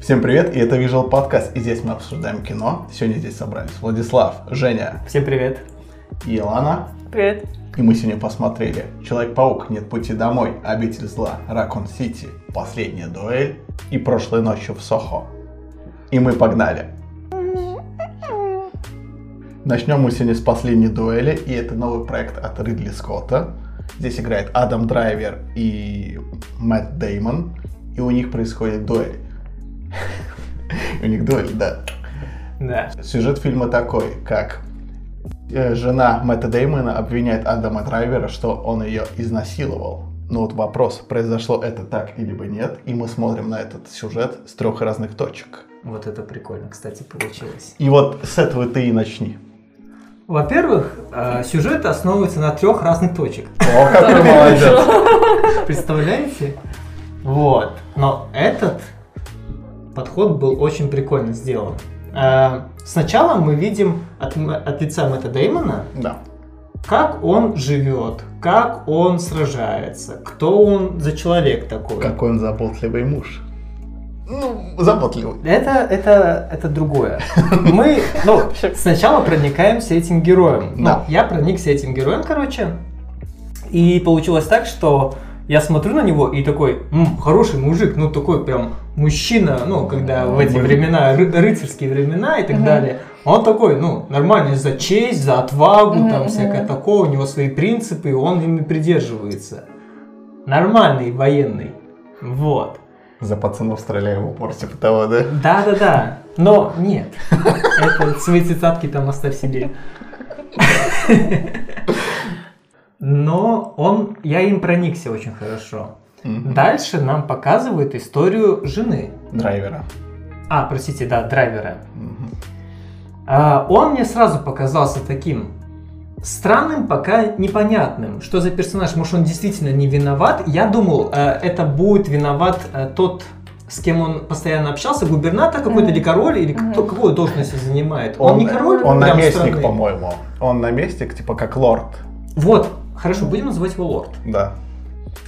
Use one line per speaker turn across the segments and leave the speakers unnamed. Всем привет, и это Visual Podcast, и здесь мы обсуждаем кино. Сегодня здесь собрались Владислав, Женя
Всем привет.
и Илана.
Привет.
И мы сегодня посмотрели Человек-паук, Нет пути домой, Обитель зла, Ракон Сити, Последняя дуэль и Прошлой ночью в Сохо. И мы погнали. Начнем мы сегодня с последней дуэли, и это новый проект от Ридли Скотта. Здесь играет Адам Драйвер и Мэтт Деймон, и у них происходит дуэль. У них дуэль, да.
Да.
Сюжет фильма такой, как э, жена Мэтта Деймона обвиняет Адама Драйвера, что он ее изнасиловал. Но вот вопрос, произошло это так или бы нет, и мы смотрим на этот сюжет с трех разных точек.
Вот это прикольно, кстати, получилось.
И вот с этого ты и начни.
Во-первых, э, сюжет основывается на трех разных точек.
О, какой молодец!
Представляете? Вот. Но этот подход был очень прикольно сделан. Э, Сначала мы видим от, Мэ- от лица Мэтта Деймона,
Да.
как он живет, как он сражается, кто он за человек такой.
Какой он заботливый муж. Ну, заботливый.
Это, это, это другое. Мы ну, сначала проникаемся этим героем. Ну,
Да.
Я проникся этим героем, короче. И получилось так, что я смотрю на него и такой, «М, хороший мужик, ну такой прям мужчина, ну, когда в эти
Блин.
времена, ры- рыцарские времена и так
Мгм.
далее. Он такой, ну, нормальный за честь, за отвагу,
Мгм,
там
мгм.
всякое такое, у него свои принципы, и он ими придерживается. Нормальный военный. Вот.
За пацанов стреляю в упор, типа того, да?
Да, да, да. Но нет. Это свои цитатки там оставь себе. Но он, я им проникся очень хорошо.
Мгм.
Дальше нам показывают историю жены.
Драйвера.
А, простите, да, драйвера.
Мгм.
А, Он мне сразу показался таким странным, пока непонятным, что за персонаж, может он действительно не виноват. Я думал, э, это будет виноват э, тот, с кем он постоянно общался, губернатор какой-то
Мгм.
или король, или кто,
Мгм.
какую должность он занимает. Он,
Он-
не король,
Он
прям
наместник,
страны.
по-моему. Он наместник, типа как лорд.
Вот, хорошо, будем называть его лорд,
Да.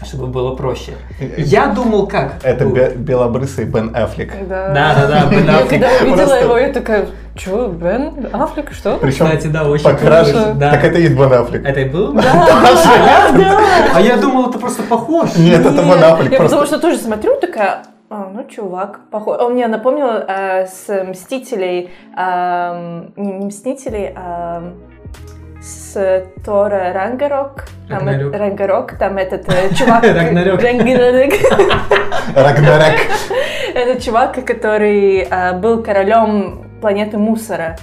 чтобы было проще. Я думал, как.
Это бе-
будет.
белобрысый Бен Аффлек.
Да.
Да, да, да, Бен
Я
Аффлек.
когда увидела
Просто-
его, я такая, чё, Бен Аффлек, что?
Причем
Кстати, да, очень
покрашен.
похож, да.
Так это и есть Бен Аффлек.
Это и был?
Да, да.
А я думал, это просто похож.
Нет, это Бен Аффлек
Я потому
просто.
что тоже смотрю, такая, «А, ну, чувак, похож. Он мне напомнил э, с Мстителей, эм, не, не Мстителей, а с Тора Рангарок. Там, э,
Рагнарёк.
Рангарок, там этот э, чувак...
Рагнарёк.
Рагнарёк.
Рагнарёк.
Это чувак, который э, был королем планеты мусора.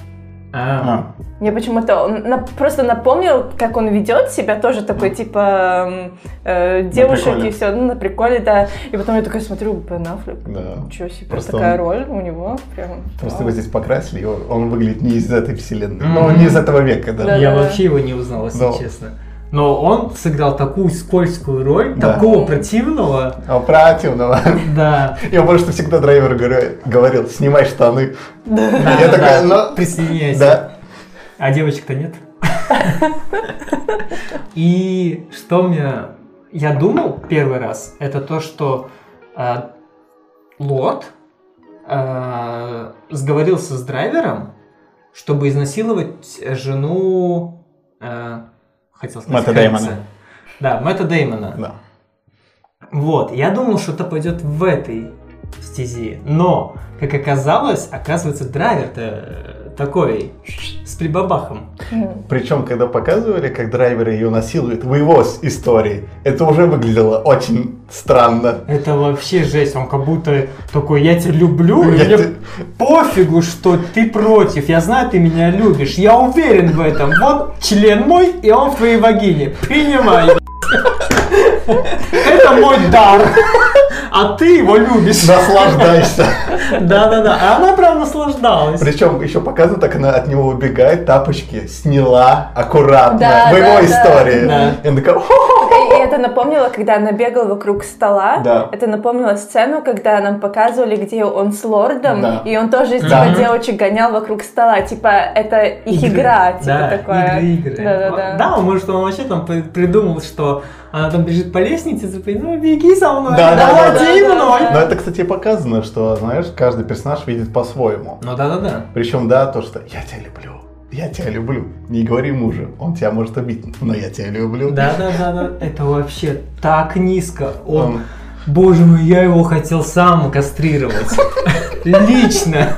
А,
А,
Мне почему-то он на- просто напомнил, как он ведет себя, тоже такой, типа, эм, э, девушек
приколе.
и все, ну, на приколе, да. И потом я такая смотрю, Бен Аффлек,
Да.
ничего себе,
Просто
такая
он-
роль у него, прям,
Просто
вау.
его здесь покрасили, и он он выглядит не из этой вселенной.
Мгм.
Ну, не из этого века,
Да,
да.
Я
да, да.
вообще его не узнал, если
Но-
честно. Но он сыграл такую скользкую роль,
Да.
такого противного.
А Противного.
Да.
Я больше что всегда драйвер говорю- говорил, снимай штаны.
Да,
Я
да,
такая,
да.
ну,
Присоединяйся.
Да.
А девочек-то нет. И что мне... Я думал первый раз, это то, что а, лорд а, сговорился с драйвером, чтобы изнасиловать э, жену... а, хотел сказать...
Мэтта Дэймона.
Хэнкса. Да, Мэтта Деймона.
Да.
Вот, я думал, что это пойдет в этой стези, но, как оказалось, оказывается, драйвер-то э, такой, с прибабахом.
М.
Причем, когда показывали, как драйвер ее насилует в его с- истории, это уже выглядело очень странно.
Это вообще жесть, он как будто такой, я тебя люблю, и
Я
мне
те-
пофигу, что ты против, я знаю, ты меня любишь, я уверен в этом, вот член мой, и он в твоей вагине, принимай. ебать. Это мой дар, а ты его любишь.
Наслаждайся.
Да-да-да, а она прям наслаждалась.
Причем еще показано, как она от него убегает, тапочки сняла аккуратно
Да,
в его
да, да.
истории.
Да.
И она такая, «Хо-хо».
И и это напомнило, когда она бегала вокруг стола,
Да.
это напомнило сцену, когда нам показывали, где он с лордом,
Да.
и он тоже,
Да.
типа, девочек гонял вокруг стола, типа, это их игра, типа,
да,
такое.
Игры, игры.
Да, да,
Он-
да.
Да, он, может, он вообще там при- придумал, что Она там бежит по лестнице, типа, ну беги со мной,
Да, да,
давай,
да, да,
иди
да,
мной.
да.
Но это, кстати, показано, что, знаешь, каждый персонаж видит по-своему.
Ну да-да-да.
Причем, да, то, что я тебя люблю, я тебя люблю. Не говори мужу, он тебя может убить, но я тебя люблю.
Да-да-да, это вообще так низко. Он,
Он-
боже мой, я его хотел сам кастрировать. Лично.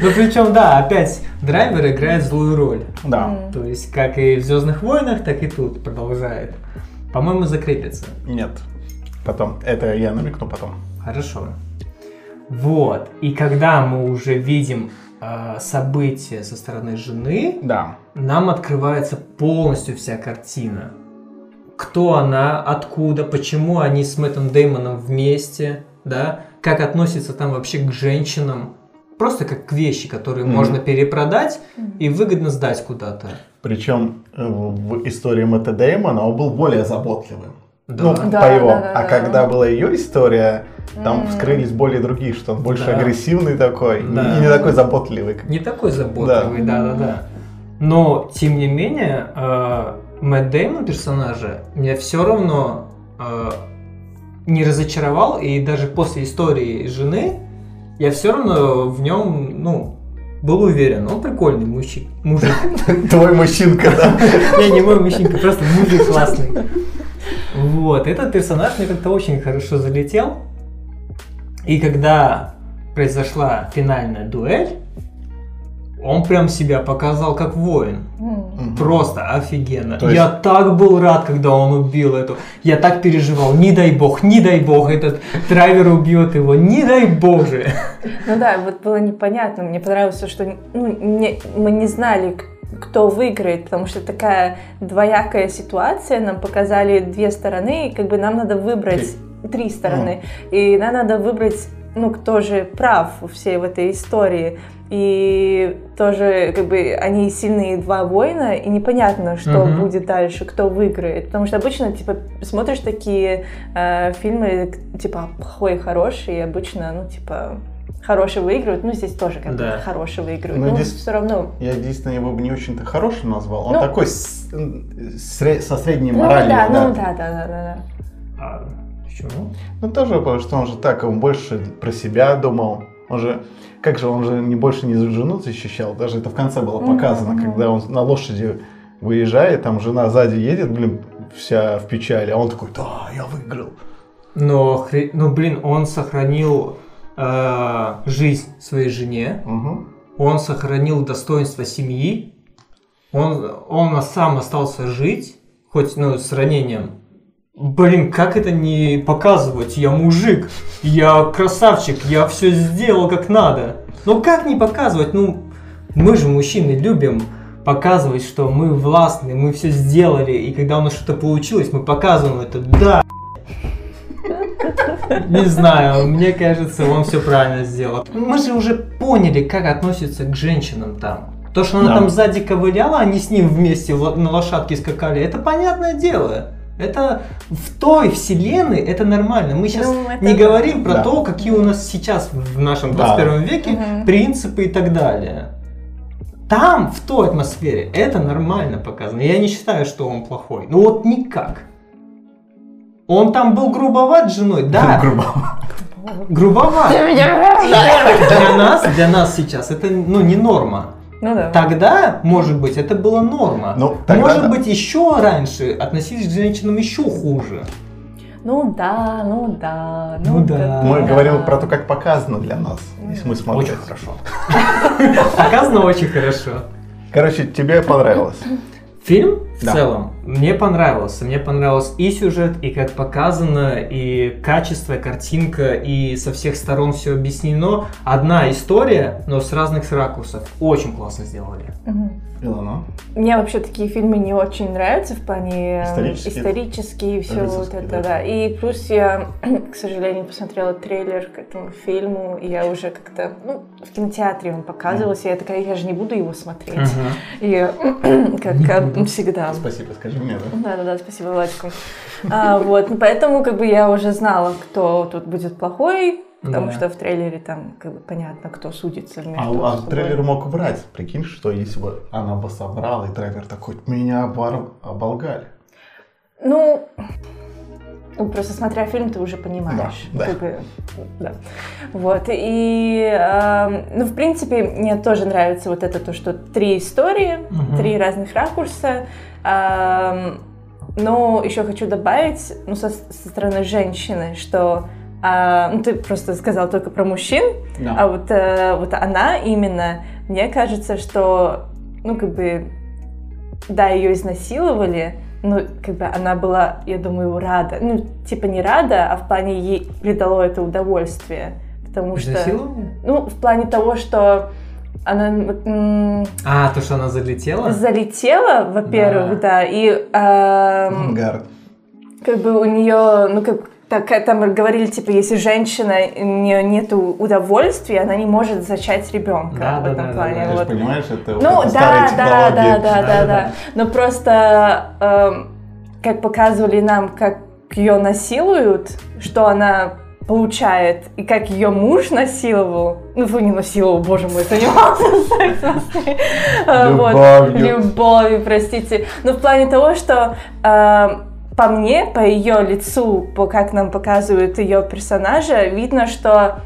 Ну причем, да, опять драйвер играет злую роль.
Да.
М.
То есть, как и в Звездных войнах, так и тут продолжает. По-моему, закрепится.
Нет. Потом. Это я намекну потом.
Хорошо. Вот. И когда мы уже видим э, события со стороны жены,
Да.
нам открывается полностью вся картина. Кто она, откуда, почему они с Мэттом Деймоном вместе, да, как относится там вообще к женщинам. Просто как к вещи, которые
Мгм.
можно перепродать и выгодно сдать куда-то.
Причем э, в в истории Мэтта Дэймона он был более заботливым. Ну,
Да.
Да,
по его.
да, да,
а
да.
когда была ее история, там
М.
вскрылись более другие, что он больше
Да.
агрессивный такой
Да.
и не такой заботливый. как-
не такой заботливый, да-да-да. Но, тем не менее, э, Мэтт Дэймон персонажа меня все равно э, не разочаровал, и даже после истории жены я все равно в нем, ну, был уверен, он прикольный мужчик, мужик.
Твой мужчинка, да.
Я не мой мужчинка, просто мужик классный. Вот, этот персонаж мне как-то очень хорошо залетел. И когда произошла финальная дуэль, он прям себя показал как воин.
М.
Мгм.
Просто офигенно.
То есть-
Я так был рад, когда он убил эту. Я так переживал. Не дай бог, не дай бог, этот драйвер убьет его. Не дай бог же.
Ну да, вот было непонятно. Мне понравилось, то, что ну, не- мы не знали, к- кто выиграет, потому что такая двоякая ситуация. Нам показали две стороны, и как бы нам надо выбрать три, стороны. И нам надо выбрать, ну, кто же прав у всей в этой истории. И тоже, как бы, они сильные два воина, и непонятно, что
Мгм.
будет дальше, кто выиграет. Потому что обычно, типа, смотришь такие э, фильмы, типа, плохой и хороший, и обычно, ну, типа, хороший выигрывает. Ну, здесь тоже как
Да.
бы хороший выигрывает.
Ну,
Ну,
здесь-
все равно.
Я единственное его бы не очень-то хорошим назвал. Он
Ну.
такой с- м, сре- со средней
Ну,
моралью.
да,
да.
ну, да, да, да, да.
А, почему?
Ну тоже, потому что он же так, он больше про себя думал. Он же, как же, он же не больше не жену защищал, даже это в конце было
Мгм,
показано,
мгм.
когда он на лошади выезжает, там жена сзади едет, блин, вся в печали, а он такой, да, я выиграл.
Но, хре- ну, блин, он сохранил э, жизнь своей жене,
Мгм.
он сохранил достоинство семьи, он, он сам остался жить, хоть, ну, с ранением. Блин, как это не показывать? Я мужик, я красавчик, я все сделал как надо. Ну как не показывать? Ну, мы же мужчины любим показывать, что мы властны, мы все сделали, и когда у нас что-то получилось, мы показываем это, да. Не знаю, мне кажется, он все правильно сделал. Мы же уже поняли, как относится к женщинам там. То, что она
Да.
там сзади ковыляла, они с ним вместе ло- на лошадке скакали, это понятное дело. Это в той вселенной, это нормально. Мы сейчас
Ну, это
не
да.
говорим про
Да.
то, какие у нас сейчас в нашем
Да.
21 веке
Мгм.
принципы и так далее. Там, в той атмосфере, это нормально показано. Я не считаю, что он плохой. Ну вот никак. Он там был грубоват с женой, да,
Грубо.
Ну,
грубоват. Для нас, для нас сейчас это ну, не норма.
Ну да.
Тогда, может быть, это была норма.
Ну, тогда
может
да.
быть, еще раньше относились к женщинам еще хуже.
Ну да, ну да,
Ну да.
Мы
Да.
говорим про то, как показано для нас, если мы смотрели.
Очень хорошо. Показано очень хорошо.
Короче, тебе понравилось.
Фильм в
Да.
целом мне понравился. Мне понравился и сюжет, и как показано, и качество, и картинка, и со всех сторон все объяснено. Одна история, но с разных ракурсов. Очень классно сделали.
Мгм.
Илона?
Мне вообще такие фильмы не очень нравятся в плане э,
Исторические?
исторические и все вот
Рыцарские,
это,
да.
да. И плюс я, к сожалению, посмотрела трейлер к этому фильму, и я уже как-то, ну, в кинотеатре он показывался, и я такая, я же не буду его смотреть. И
Не
как
буду.
всегда.
А, Спасибо, скажи мне, да?
Да-да-да, спасибо, Владику. А, вот, ну, поэтому как бы я уже знала, кто тут будет плохой, потому
Да.
что в трейлере там как бы понятно, кто судится между
А, а
собой.
трейлер мог врать. Прикинь, что если бы она бы соврала, и трейлер такой, меня обор- оболгали.
Ну, ну, просто смотря фильм, ты уже понимаешь.
Да, да.
Как бы, да. Вот, и, эм, ну, в принципе, мне тоже нравится вот это то, что три истории,
Мгм.
три разных ракурса. Эм, но еще хочу добавить, ну, со, со стороны женщины, что... а, ну, ты просто сказал только про мужчин, а вот, э, вот она именно, мне кажется, что, ну, как бы, да, ее изнасиловали, но как бы она была, я думаю, рада. Ну, типа не рада, а в плане ей придало это удовольствие. Потому что...
Изнасилование?
Ну, в плане того, что она м,
А, то, что она залетела?
залетела, во-первых, да, и... эм,
Авангард.
как бы у нее, ну как так, там говорили, типа, если женщина, э, у нее нет удовольствия, она не может зачать ребенка
Да,
в
да,
этом
да,
плане.
да,
Ты же
вот.
понимаешь, это вот
Ну
эта
да,
старая
да, да,
технология.
да, да,
Да-да-да.
да. Но просто эм, как показывали нам, как ее насилуют, что она получает, и как ее муж насиловал. Ну, фу, не насиловал, боже мой, занимался сексом с ней. Э, вот.
Любовью.
Любовью, простите. Но в плане того, что э, по мне, по ее лицу, по как нам показывают ее персонажа, видно, что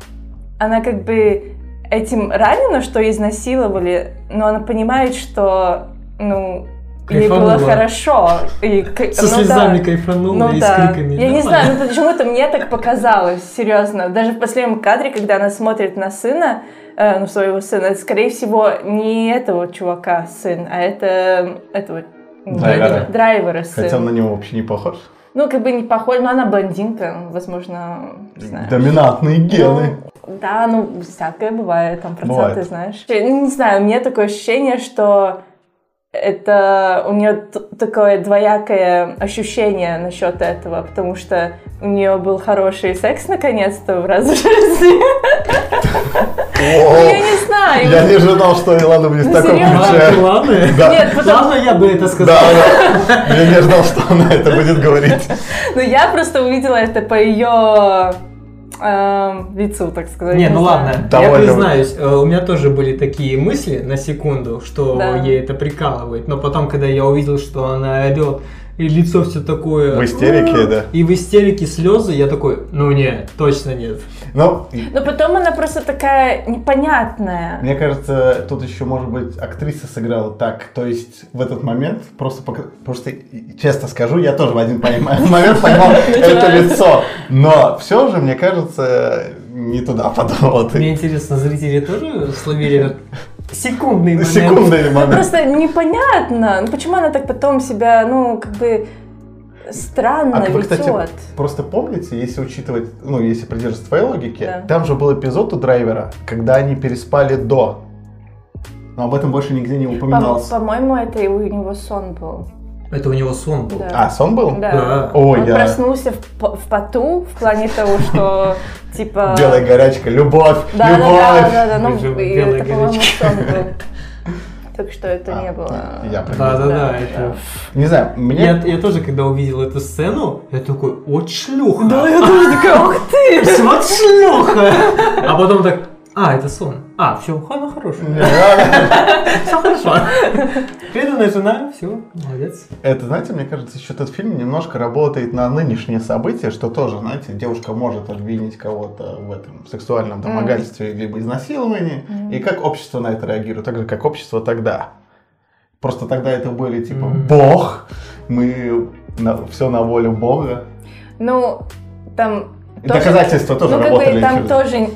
она как бы этим ранена, что изнасиловали, но она понимает, что ну ей было
Кайфанула.
хорошо. И, к-
Со
ну да.
слезами кайфанула
Ну
и с
да.
криками.
Я не
Нормально.
знаю, ну почему-то мне так показалось, серьезно. Даже в последнем кадре, когда она смотрит на сына, э, ну своего сына, это, скорее всего, не этого чувака сын, а это этого м,
Драйвера.
драйвера сын.
Хотя он на него вообще не похож.
Ну, как бы не похож, но она блондинка, возможно, не знаю.
Доминантные гены.
Ну, да, ну, всякое бывает, там проценты,
Бывает.
знаешь. Ну, не знаю, у меня такое ощущение, что это у нее т- такое двоякое ощущение насчет этого, потому что у нее был хороший секс наконец-то в раз в жизни. Ну, Я
О,
не знаю.
Я не ожидал, что Илана будет в
Ну,
таком
серьезно?
Ладно,
ключе.
ладно.
Да.
Нет, потому
Ладно, я бы это
Да,
сказал.
да. Я не ожидал, что она это будет говорить.
но ну, я просто увидела это по ее эм, лицу, так сказать.
Не, ну
знаю.
ладно, я
Довольно.
признаюсь, э, у меня тоже были такие мысли на секунду, что
Да.
ей это прикалывает, но потом, когда я увидел, что она орет, и лицо все такое...
В истерике,
«А-а-а»,
да.
И в истерике слезы, я такой, ну не, точно нет.
Ну,
Но потом она просто такая непонятная.
Мне кажется, тут еще, может быть, актриса сыграла так. То есть в этот момент просто, пок- просто и- честно скажу, я тоже в один пойма- момент поймал это лицо. Но все же, мне кажется, не туда подумал
Мне
ты.
интересно, зрители тоже словили этот секундный момент?
Секундный момент.
Просто непонятно, ну почему она так потом себя, ну, как бы странно
А вы,
ведет.
кстати, Просто помните, если учитывать, ну, если придерживаться твоей логики,
Да.
там же был эпизод у драйвера, когда они переспали до. Но об этом больше нигде не
По-
упоминалось.
По-моему, это и у него сон был.
Это у него сон был.
Да.
А, сон был?
Да.
Да.
Ой,
Он
я-
проснулся в, по- в поту, в плане того, что типа...
Белая горячка, любовь,
Да, да, да,
любовь.
да, да, ну,
Вы же
и
белая
это, по-моему,
горячка.
сон был. Так что это
А,
не было.
я понял.
Да-да-да, это...
Не знаю, мне...
Я, я тоже, когда увидел эту сцену, я такой, от шлюха!
Да, Ну, я тоже такая, ух ты!
Вот шлюха! А потом так, а, это сон. А, все, она хорошая. Все хорошо. Преданная жена, все, молодец.
Это, знаете, мне кажется, еще этот фильм немножко работает на нынешнее событие, что тоже, знаете, девушка может обвинить кого-то в этом сексуальном домогательстве либо изнасиловании,
Мгм.
и как общество на это реагирует, так же, как общество тогда. Просто тогда это были типа
Мгм.
Бог, мы все на волю Бога.
Ну, там...
И
тоже-
доказательства тоже
Ну, как
работали.
бы там
через-
тоже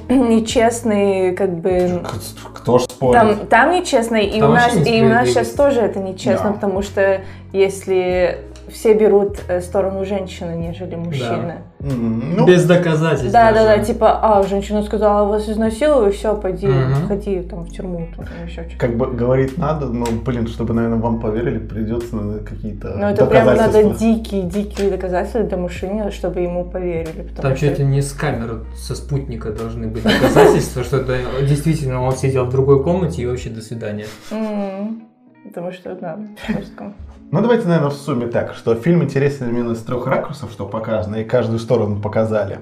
нечестные, как бы...
К- Кто ж спорит?
Там, там нечестно, и
Там
у нас,
вообще
и у нас
несправедливость.
сейчас тоже это нечестно,
Да.
потому что если все берут э, сторону женщины, нежели мужчины.
М, ну,
Без доказательств.
Да, да, да,
даже.
типа, а, женщина сказала, вас изнасилую, все, пойди,
Мгм.
ходи там в тюрьму, там, или еще что-то.
как бы говорить надо, но, блин, чтобы, наверное, вам поверили, придется на какие-то
Но Ну, это прям надо
доказательства.
дикие-дикие доказательства для мужчины, чтобы ему поверили. потому
Там
что-
чуть ли не с камеры со спутника должны быть доказательства, что это действительно он сидел в другой комнате и вообще до свидания.
М, Потому что, да, жестко.
Ну, давайте, наверное, в сумме так, что фильм интересен именно с трех ракурсов, что показано, и каждую сторону показали.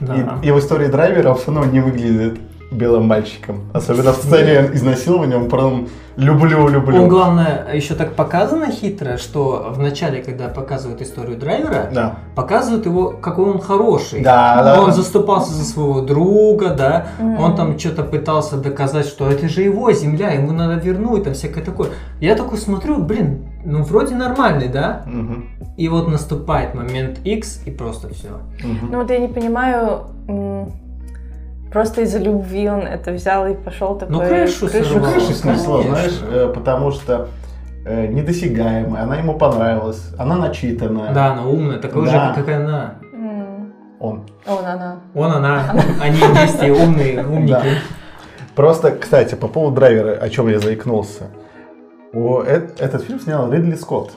Да.
И, и в истории драйверов, ну, не выглядит белым мальчиком. Особенно в сцене изнасилования, он прям люблю, люблю.
Он, главное, еще так показано хитро, что в начале, когда показывают историю драйвера,
Да.
показывают его, какой он хороший.
Да, да.
Он заступался за своего друга, да,
Мгм.
он там что-то пытался доказать, что это же его земля, ему надо вернуть, там всякое такое. Я такой смотрю, блин, ну вроде нормальный, да?
Мгм.
И вот наступает момент X и просто все.
Мгм.
Ну вот я не понимаю, м, просто из-за любви он это взял и пошел такой...
крышу
Ну,
сорвало.
крышу снесло,
Конечно.
знаешь, э, потому что э, недосягаемая, она ему понравилась, она начитанная.
Да, она умная, такая же,
Да.
как она.
М,
Он.
Он, она.
Он, она, они вместе умные, умники.
Просто, кстати, по поводу драйвера, о чем я заикнулся. О, э- этот фильм снял Ридли Скотт.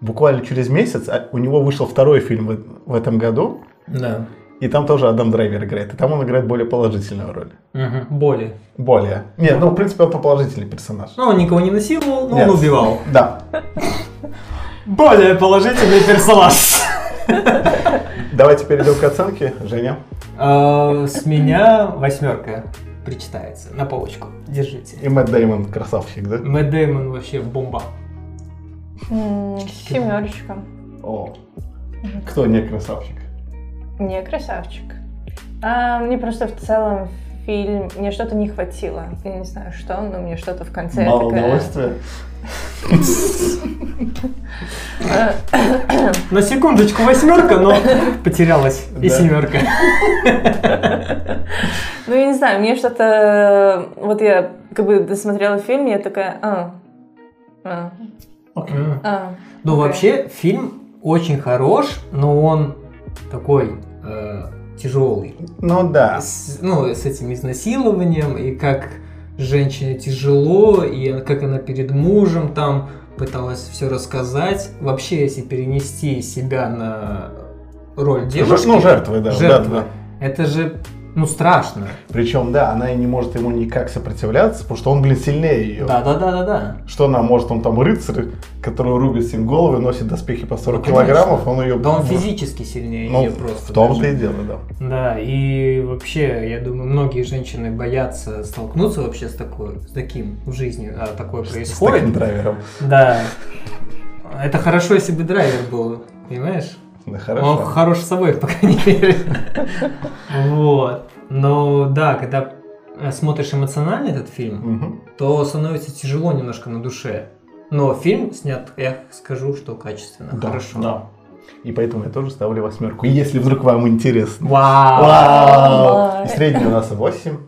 Буквально через месяц а, у него вышел второй фильм в, в этом году,
Да.
и там тоже Адам Драйвер играет, и там он играет более положительную роль.
Мгм. Боли.
Более. Нет, ну, в принципе, он там положительный персонаж.
Ну, он никого не насиловал, но
Нет.
он убивал.
Да.
Более положительный персонаж.
Давайте перейдем к оценке. Женя.
А, С меня восьмерка причитается. На полочку. Держите.
И Мэтт Дэймон, красавчик, да?
Мэтт Дэймон вообще бомба.
М, Семерочка.
О. Кто не красавчик?
Не красавчик. А, мне просто в целом фильм... Мне что-то не хватило. Я не знаю, что, но мне что-то в конце... я
Мало
такая,
удовольствия.
э,
На секундочку восьмерка, но потерялась. И
Да.
семерка.
Ну, я не знаю, мне что-то... Вот я как бы досмотрела фильм, я такая... А, а,
М.
а».
Ну,
Окей.
вообще, фильм очень хорош, но он такой тяжелый.
Ну да.
с- ну, с этим изнасилованием, и как женщине тяжело, и как она перед мужем там пыталась все рассказать. Вообще, если перенести себя на роль девушки,
Ну, жертвы, да.
жертвы,
да, да.
это же, ну, страшно.
Причем, да, она и не может ему никак сопротивляться, потому что он, блин, сильнее ее.
Да-да-да-да-да.
Что она может? Он там рыцарь, который рубит всем головы, носит доспехи по 40
Ну, конечно.
килограммов, он ее...
Да он физически сильнее
Ну,
ее просто.
в том-то
даже.
и дело, да.
Да, и вообще, я думаю, многие женщины боятся столкнуться вообще с, такой, с таким в жизни, а такое
С
происходит.
таким драйвером.
Да. Это хорошо, если бы драйвер был, понимаешь?
Да, хорошо.
Он хорош собой, по крайней мере. Вот. Но да, когда э, смотришь эмоционально этот фильм,
Мгм.
то становится тяжело немножко на душе. Но фильм снят, я скажу, что качественно.
Да,
хорошо.
да. И поэтому я тоже ставлю восьмерку. И Если вдруг вам интересно.
Вау!
Вау!
Вау.
И средний у нас 8.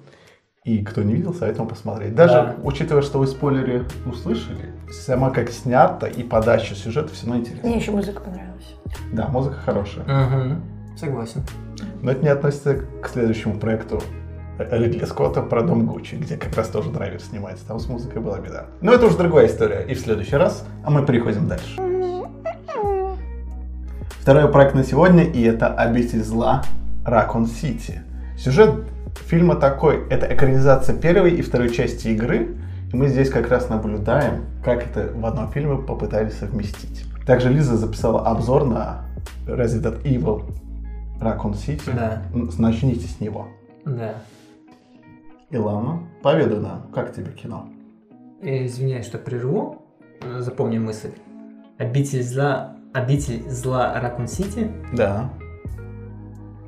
И кто не видел, советую вам посмотреть. Даже
Да.
учитывая, что вы спойлеры услышали, сама как снято и подача сюжета все равно интересно.
Мне еще музыка понравилась.
Да, музыка хорошая.
Мгм. Согласен.
Но это не относится к следующему проекту Ридли Скотта про дом Гуччи, где как раз тоже драйвер снимается. Там с музыкой была беда. Но это уже другая история. И в следующий раз, а мы переходим дальше. Второй проект на сегодня, и это «Обитель зла. Ракон Сити». Сюжет фильма такой. Это экранизация первой и второй части игры. И мы здесь как раз наблюдаем, как это в одном фильме попытались совместить. Также Лиза записала обзор на Resident Evil Raccoon City.
Да.
М, Начните с него.
Да.
Илана, поведай нам, как тебе кино?
Я Э, Извиняюсь, что прерву. Э, Запомни мысль. Обитель зла... Обитель зла Ракун Сити.
Да.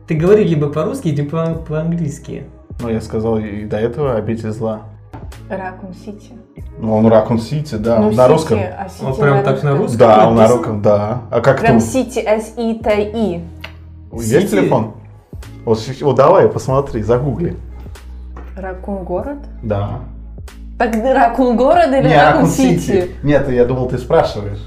Ты говори либо по-русски, либо по- по-английски.
Ну, я сказал и до этого «Обитель зла».
Ракун Сити.
Ну, он Raccoon City, да. на
Ну, Сити,
русском.
а Сити
Он прям так на русском?
Да, он на
написан?
русском, да. А как
Прям
там?
Сити, С-И-Т-И.
Есть
Сити?
телефон? Вот, щ- вот давай, посмотри, загугли.
Ракун город?
Да.
Так Ракун город или
Не,
Ракун
Raccoon
Сити?
City. Нет, я думал, ты спрашиваешь.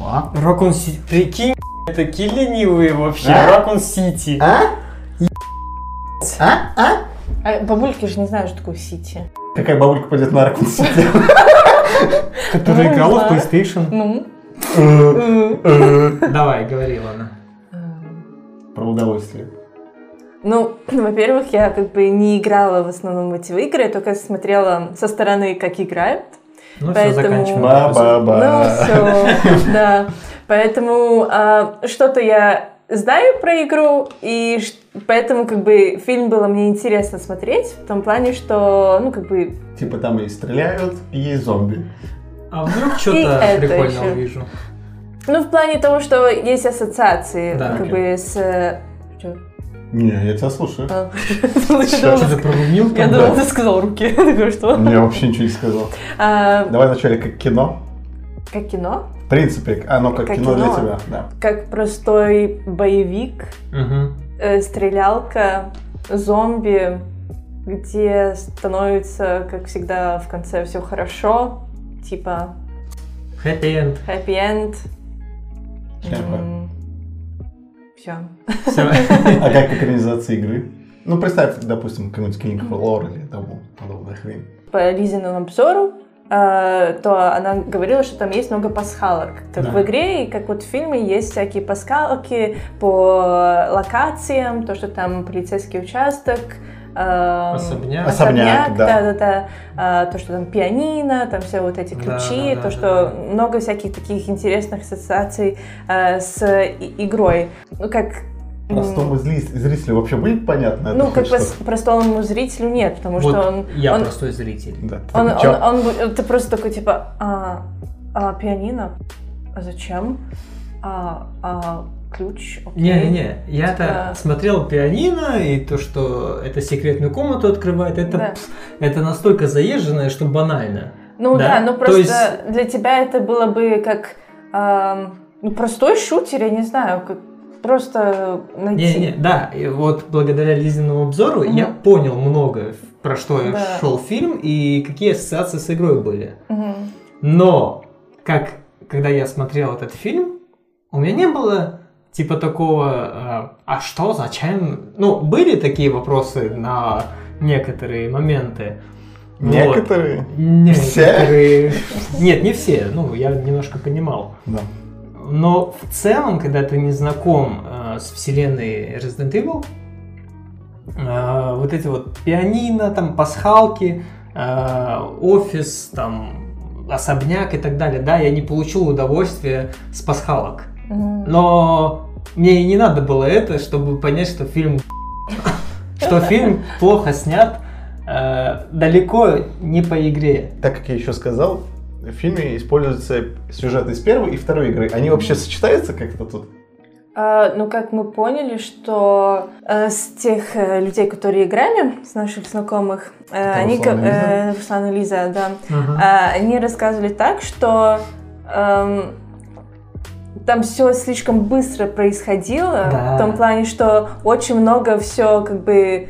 А?
Ракун Сити. Прикинь, такие ленивые вообще.
А?
Ракун Сити.
А? А? А?
А бабульки же не знают, что такое Сити.
Какая бабулька пойдет на Raccoon City?
Который
Ну,
играла в
да.
PlayStation.
Ну?
Э,
э.
э.
Давай, говорила она.
Эм,
Про удовольствие.
Ну, во-первых, я как бы не играла в основном в эти игры, я только смотрела со стороны, как играют.
Ну все,
Поэтому-
заканчиваем. выпуск.
Ба-ба-ба.
Ну все, да. Поэтому а, что-то я знаю про игру, и ш- поэтому как бы фильм было мне интересно смотреть, в том плане, что, ну, как бы,
Типа там и стреляют, и есть зомби.
А вдруг что-то
это
прикольное
ещё.
увижу?
ну, в плане того, что есть ассоциации,
Да,
как
окей.
бы, с... э, чё?
Не, я тебя слушаю.
А.
Чё?
Что-то пробубнил?
Я
там?
думала, ты сказал руки. Такое, что?
Я вообще ничего не сказал.
А,
Давай вначале как кино.
Как кино?
В принципе, оно как,
Как
кино, для
кино.
тебя. Да.
Как простой боевик,
Мгм.
э, стрелялка, зомби, где становится, как всегда, в конце все хорошо, типа
Happy end.
happy
Шляпа.
end. Все.
Всё.
А как экранизация игры? Ну, представь, допустим, какой-нибудь King of Lore или тому подобная хрень.
по Лизиному обзору, э, то она говорила, что там есть много пасхалок, как
Да.
в игре, и как вот в фильме есть всякие пасхалки по локациям, то, что там полицейский участок, эм,
Особняк.
Особняк, да.
да, да, да, э, то, что там пианино, там все вот эти
Да, да,
ключи,
да,
то, что
да,
много всяких таких интересных ассоциаций э, с и- игрой. Ну, как... м,
Простому зли- зрителю вообще будет понятно? это
ну,
хоть
как
что-то?
пос- простому зрителю нет, потому
Вот
что он...
Я
он
простой зритель.
Да, ты
он,
Типа, чё?
он, он бу- ты просто такой типа, а, а, пианино, а зачем, а, а, ключ, окей».
Не-не-не, я-то
Типа-
смотрел пианино, и то, что это секретную комнату открывает, это,
Да.
пф, это настолько заезженное, что банально.
Ну
Да,
да, ну
то
просто
есть-
для тебя это было бы как ам, ну, простой шутер, я не знаю, как просто найти.
Не-не, да, и вот благодаря Лизиному обзору
Мгм.
я понял много, про что
Да.
шел фильм и какие ассоциации с игрой были.
Мгм.
Но, как, когда я смотрел этот фильм, у меня не было типа такого, э, а что, зачем? Ну, были такие вопросы на некоторые моменты. Вот.
Некоторые.
Некоторые- Нет, не все. Ну, я немножко понимал.
Да.
Но в целом, когда ты не знаком э, с вселенной Resident Evil, э, вот эти вот пианино, там, пасхалки, э, офис, там, особняк и так далее, да, я не получил удовольствия с пасхалок. Ну.
Мгм.
Но мне и не надо было это, чтобы понять, что фильм что фильм плохо снят, э, далеко не по игре.
Так как я еще сказал, в фильме используются сюжеты из первой и второй игры. Они вообще сочетаются как-то тут?
А, ну, как мы поняли, что э, с тех э, людей, которые играли, с наших знакомых, э,
Это
они
Руслан и
га- э, Руслан и Лиза, да,
Ага.
А, Они рассказывали так, что эм, там все слишком быстро происходило,
Да.
в том плане, что очень много все как бы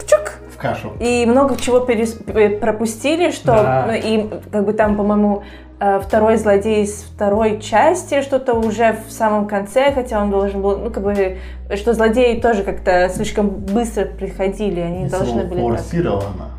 пчук,
В кашу.
и много чего перес- э, пропустили, что
Да.
ну, и как бы там, по-моему, э, второй злодей из второй части что-то уже в самом конце, хотя он должен был, ну как бы, что злодеи тоже как-то слишком быстро приходили, они должны были так.
Форсировано.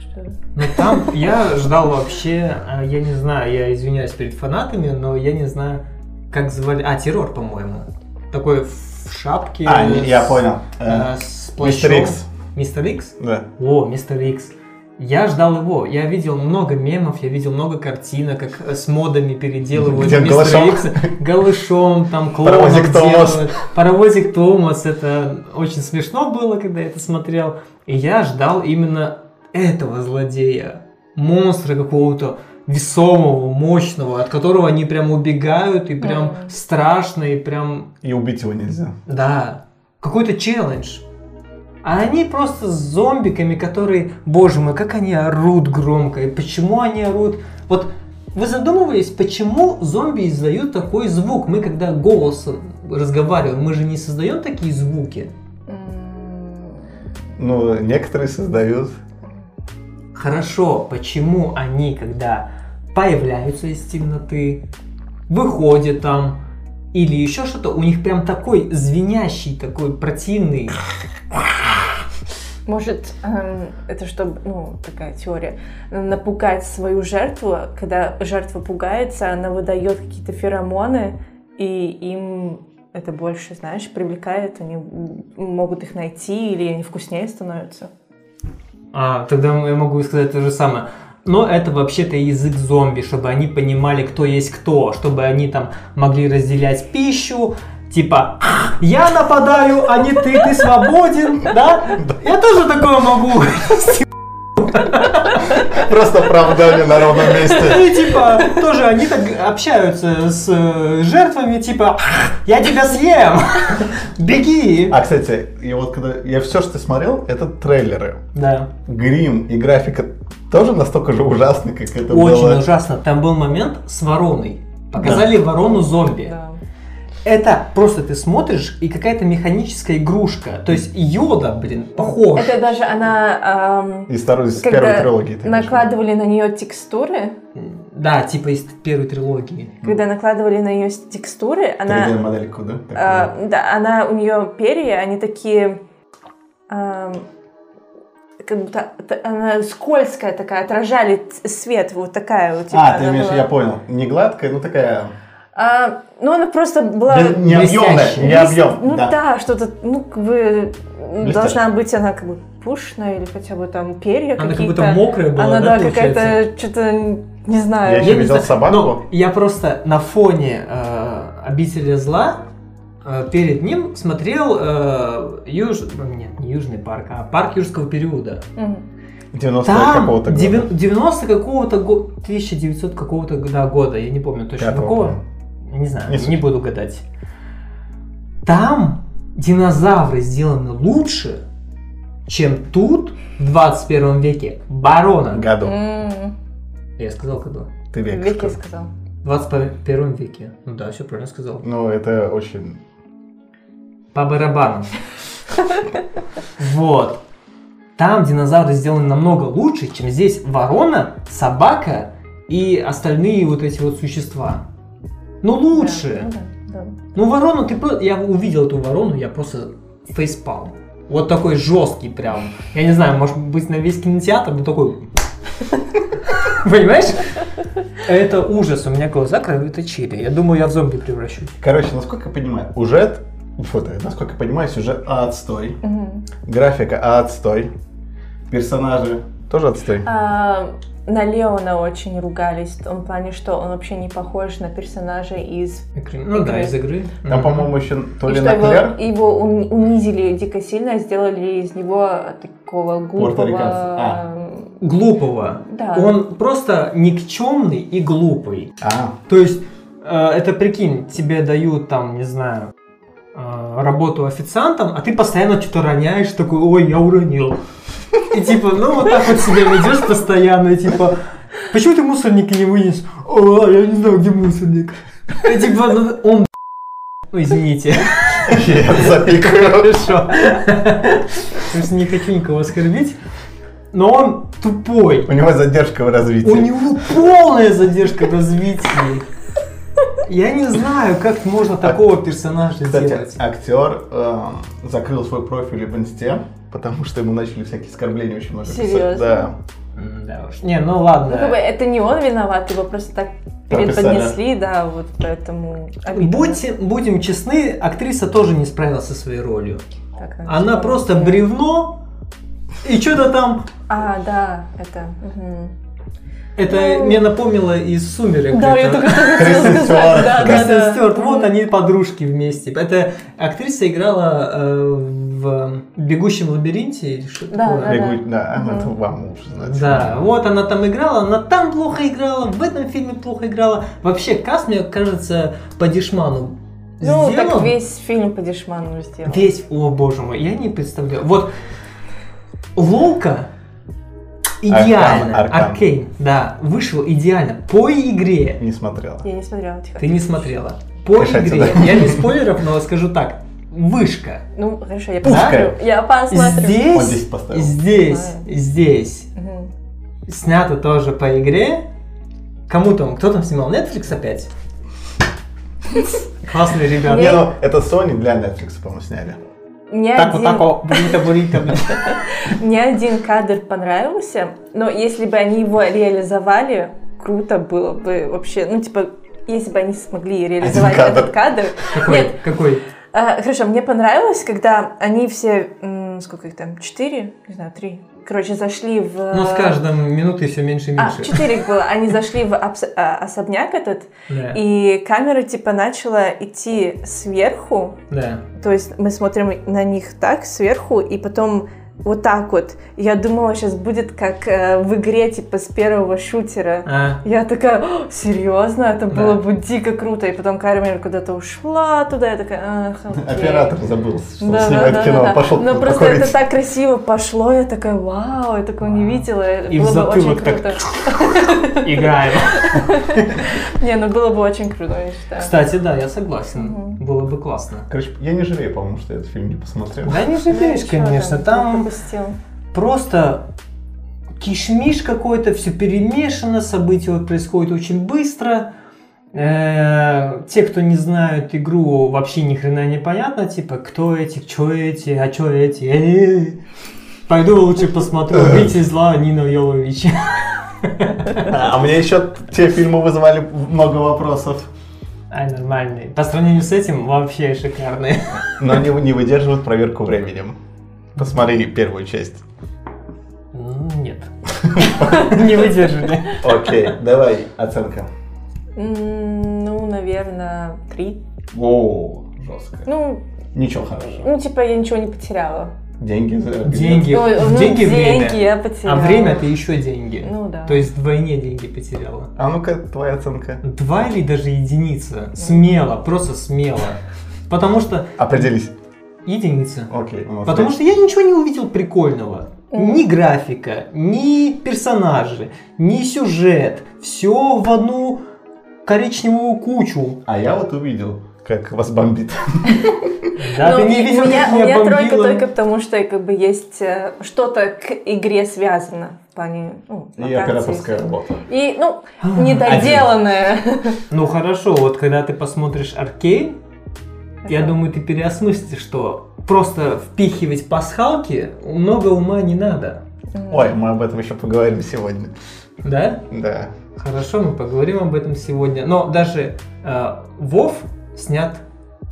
что-
Ну там я ждал вообще, э, я не знаю, я извиняюсь перед фанатами, но я не знаю, как звали. А, террор, по-моему. Такой в шапке.
А, не, я
с-
понял. Э,
э, С
Мистер
плащом.
Икс.
Мистер Икс?
Да.
О, мистер Икс. Я ждал его. Я видел много мемов, я видел много картинок, как э, с модами переделывают
Где
мистера
голышом?
Икса. Голышом, там клоуном
Паровозик Томас.
делают. Паровозик Томас. Это очень смешно было, когда я это смотрел. И я ждал именно этого злодея. Монстра какого-то весомого, мощного, от которого они прям убегают, и прям
Мгм.
страшно, и прям
И убить его нельзя.
да. Какой-то челлендж. А они просто с зомбиками, которые, боже мой, как они орут громко, и почему они орут. Вот вы задумывались, почему зомби издают такой звук? Мы когда голосом разговариваем, мы же не создаем такие звуки.
М.
Ну, некоторые создают.
Хорошо, почему они, когда появляются из темноты, выходят там, или еще что-то, у них прям такой звенящий, такой противный
Может, эм, это чтобы, ну, такая теория, напугать свою жертву, когда жертва пугается, она выдает какие-то феромоны, и им это больше, знаешь, привлекает, они м, могут их найти, или они вкуснее становятся.
А, тогда я могу сказать то же самое. Но это вообще-то язык зомби, чтобы они понимали, кто есть кто, чтобы они там могли разделять пищу, Типа, я нападаю, а не ты, ты свободен, да? Я тоже такое могу.
Просто оправдали на ровном месте.
И типа, тоже они так общаются с э, жертвами, типа, я тебя съем, беги.
А, кстати, я вот когда... Я все, что ты смотрел, это трейлеры.
Да.
Грим и графика тоже настолько же ужасны, как это было.
Очень ужасно. Там был момент с вороной. Показали ворону зомби.
Да.
Это просто ты смотришь и какая-то механическая игрушка. То есть йода, блин, похож.
Это даже она... эм,
Из второй, из
Когда
первой трилогии. ты имеешь в виду.
накладывали на нее текстуры,
Да, типа из первой трилогии.
когда накладывали на нее текстуры, она...
3D-модельку, да? Так,
А, да, она у нее перья, они такие, ам, как будто т- она скользкая такая, отражали т- свет, вот такая вот. типа,
А, ты
она
имеешь,
была.
я понял. Не гладкая, ну такая...
А, ну она просто была.
Да, не объемная,
блестящая.
не
блест-
объем.
Ну да,
Да.
что-то, ну как бы
Блестящая.
должна быть она как бы пушная или хотя бы там перья
Она как
какие-то.
будто мокрая была,
она
да,
да,
получается?
какая-то что-то не
Я
знаю.
еще
не
видел
знаю,
собаку.
но я просто на фоне э, обители зла э, перед ним смотрел э, юж... ну, Нет, не Южный парк, а парк Юрского периода.
Мгм.
90
Там
какого-то года.
90, какого-то года, 1900 какого-то да, года, я не помню точно
Пятого,
какого.
по-моему.
Не знаю,
Не
не,
суть.
буду гадать. Там динозавры сделаны лучше, чем тут в 21 веке. Барона.
Году.
М,
Я сказал когда?
Ты век.
Вики
сказал.
М-м. сказал.
В 21 веке. Ну да, все правильно сказал.
Ну, это очень...
По барабану. Вот. Там динозавры сделаны намного лучше, чем здесь ворона, собака и остальные вот эти вот существа. Ну лучше.
Да, ну да, да.
Ну, ворону ты про- Я увидел эту ворону, я просто фейспал. Вот такой жесткий прям. Я не знаю, может быть, на весь кинотеатр, но такой... Понимаешь? Это ужас, у меня глаза кровоточили. Я думаю, я в зомби превращусь.
Короче, насколько я понимаю, сюжет... Фу, ты, насколько я понимаю, сюжет отстой.
Мгм.
Графика отстой. Персонажи тоже отстой.
А, На Леона очень ругались в том плане, что он вообще не похож на персонажа из...
Ну да, из игры.
Там, по-моему, еще то
и
ли
что
на
его,
Клер.
его уни- унизили дико сильно, сделали из него такого глупого...
А.
м,
Глупого.
Да.
Он просто никчемный и глупый.
А,
То есть, э, это прикинь, тебе дают там, не знаю, э, работу официантом, а ты постоянно что-то роняешь, такой, ой, я уронил. И типа, ну вот так вот себя ведешь постоянно, типа, почему ты мусорник не вынес? О, я не знаю, где мусорник. И типа, ну, он ну, извините.
я запикаю.
Хорошо. То есть не хочу никого оскорбить, но он тупой.
У него задержка в
У
развитии.
него полная задержка в развитии. Я не знаю, как можно такого персонажа
Кстати,
делать.
актер эм, закрыл свой профиль в инсте, потому что ему начали всякие оскорбления очень много писать.
Серьезно?
Да.
М, Да уж. Не, ну
Ну, как бы
ладно.
это не он виноват, его просто так
Прописали.
преподнесли, да, вот поэтому... обидно.
Будьте, будем честны, актриса тоже не справилась со своей ролью.
Так,
Она
что-
просто бревно и что-то там.
А, да, это... мгм.
Это
Ну.
мне напомнило из «Сумерек».
Да, я
это-
только что хотела
Кристен Стюарт,
сказать. Да, да,
Кристен
да.
Стюарт, вот они подружки вместе. Это актриса играла э, в «Бегущем лабиринте» или что-то
Да,
такое.
да,
Бегут- да,
Мгм.
это вам лучше знать.
Да, вот она там играла, она там плохо играла, в этом фильме плохо играла. Вообще, каст, мне кажется, по дешману
Ну, так
сделан.
весь фильм по дешману сделал.
Весь, о боже мой, я не представляю. Вот, Лоука идеально,
Аркан, Аркан.
Аркейн, да, вышел идеально, по игре.
Не смотрела.
Я не смотрела, тихо.
Ты не смотрела. По
Кошатина.
игре, я без спойлеров, но скажу так, вышка.
Ну, хорошо, я
Пушка.
посмотрю. Я посмотрю.
Он здесь
Здесь,
поставил.
здесь,
Знаю.
здесь
Мгм.
снято тоже по игре. Кому там? Кто там снимал? Netflix опять? Классные ребята.
Не, ну, это Sony для Netflix, по-моему, сняли.
Мне,
Так вот
один,
так, о, бурито, бурито. блин.
мне один кадр понравился, но если бы они его реализовали, круто было бы вообще. Ну, типа, если бы они смогли реализовать
кадр.
этот кадр.
Какой?
Нет.
Какой?
А, хорошо, мне понравилось, когда они все м, м, сколько их там, четыре, не знаю, три. Короче, зашли в...
Но Ну, с каждым минутой все меньше и
А,
меньше.
четыре их было. Они зашли в абс- а, особняк этот,
Да,
и камера типа начала идти сверху,
да.
то есть мы смотрим на них так, сверху, и потом вот так вот. Я думала, сейчас будет как э, в игре, типа, с первого шутера.
А,
Я такая, «О, серьезно, это
Да.
было бы дико круто. И потом камера куда-то ушла туда, я такая, «Ах, окей».
Оператор забыл, что он
Да, да,
снимает
да,
кино,
да, да.
пошел
Но просто
покурить.
это так красиво пошло, я такая, вау, я такого не
Вау.
видела, это
И в
было бы очень
затылок так
круто.
играем.
Не, ну было бы очень круто, я считаю.
Кстати, да, я согласен.
Мгм.
Было бы классно.
Короче, я не жалею, по-моему, что я этот фильм не посмотрел.
Да не жалеешь,
Ну, чё
конечно.
я
Там
пропустил.
просто кишмиш какой-то, все перемешано, события вот происходят очень быстро. Э, Те, кто не знают игру, вообще ни хрена не понятно, типа, кто эти, чё эти, а чё эти, Э, Пойду лучше посмотрю «Обитель зла» Нина Йоловича.
А мне еще те фильмы вызывали много вопросов.
Ай, нормальный. По сравнению с этим, вообще шикарный.
Но они не выдерживают проверку временем. Посмотри первую часть.
М, Ну, Нет. Не выдержали.
Окей, давай, оценка.
М, Ну, наверное, три.
О, жестко.
Ну,
Ничего хорошего.
ну, типа я ничего не потеряла.
Деньги за
Деньги.
Ну, ну,
Деньги
деньги
время.
я
А
потеряла.
время ты еще деньги.
Ну да.
То есть вдвойне деньги потеряла.
А ну-ка, твоя оценка.
Два или даже единица. Смело, просто смело. Потому что
Определись.
единица.
Окей. молодцы.
Потому что я ничего не увидел прикольного.
Мгм.
Ни графика, ни персонажи, ни сюжет. Все в одну коричневую кучу.
А я вот увидел, как вас бомбит.
Да,
Ну,
а ты не
и-
видел,
у меня,
как
у
меня
меня тройка
бомбило?
только потому, что как бы есть э, что-то к игре связано в плане ну,
И
локации.
операторская работа.
И, ну, недоделанное.
А. Ну хорошо, вот когда ты посмотришь Аркейн, я думаю, ты переосмыслишь, что просто впихивать пасхалки много ума не надо.
Ой, мы об этом еще поговорим сегодня.
Да?
Да.
Хорошо, мы поговорим об этом сегодня. Но даже э, Вов снят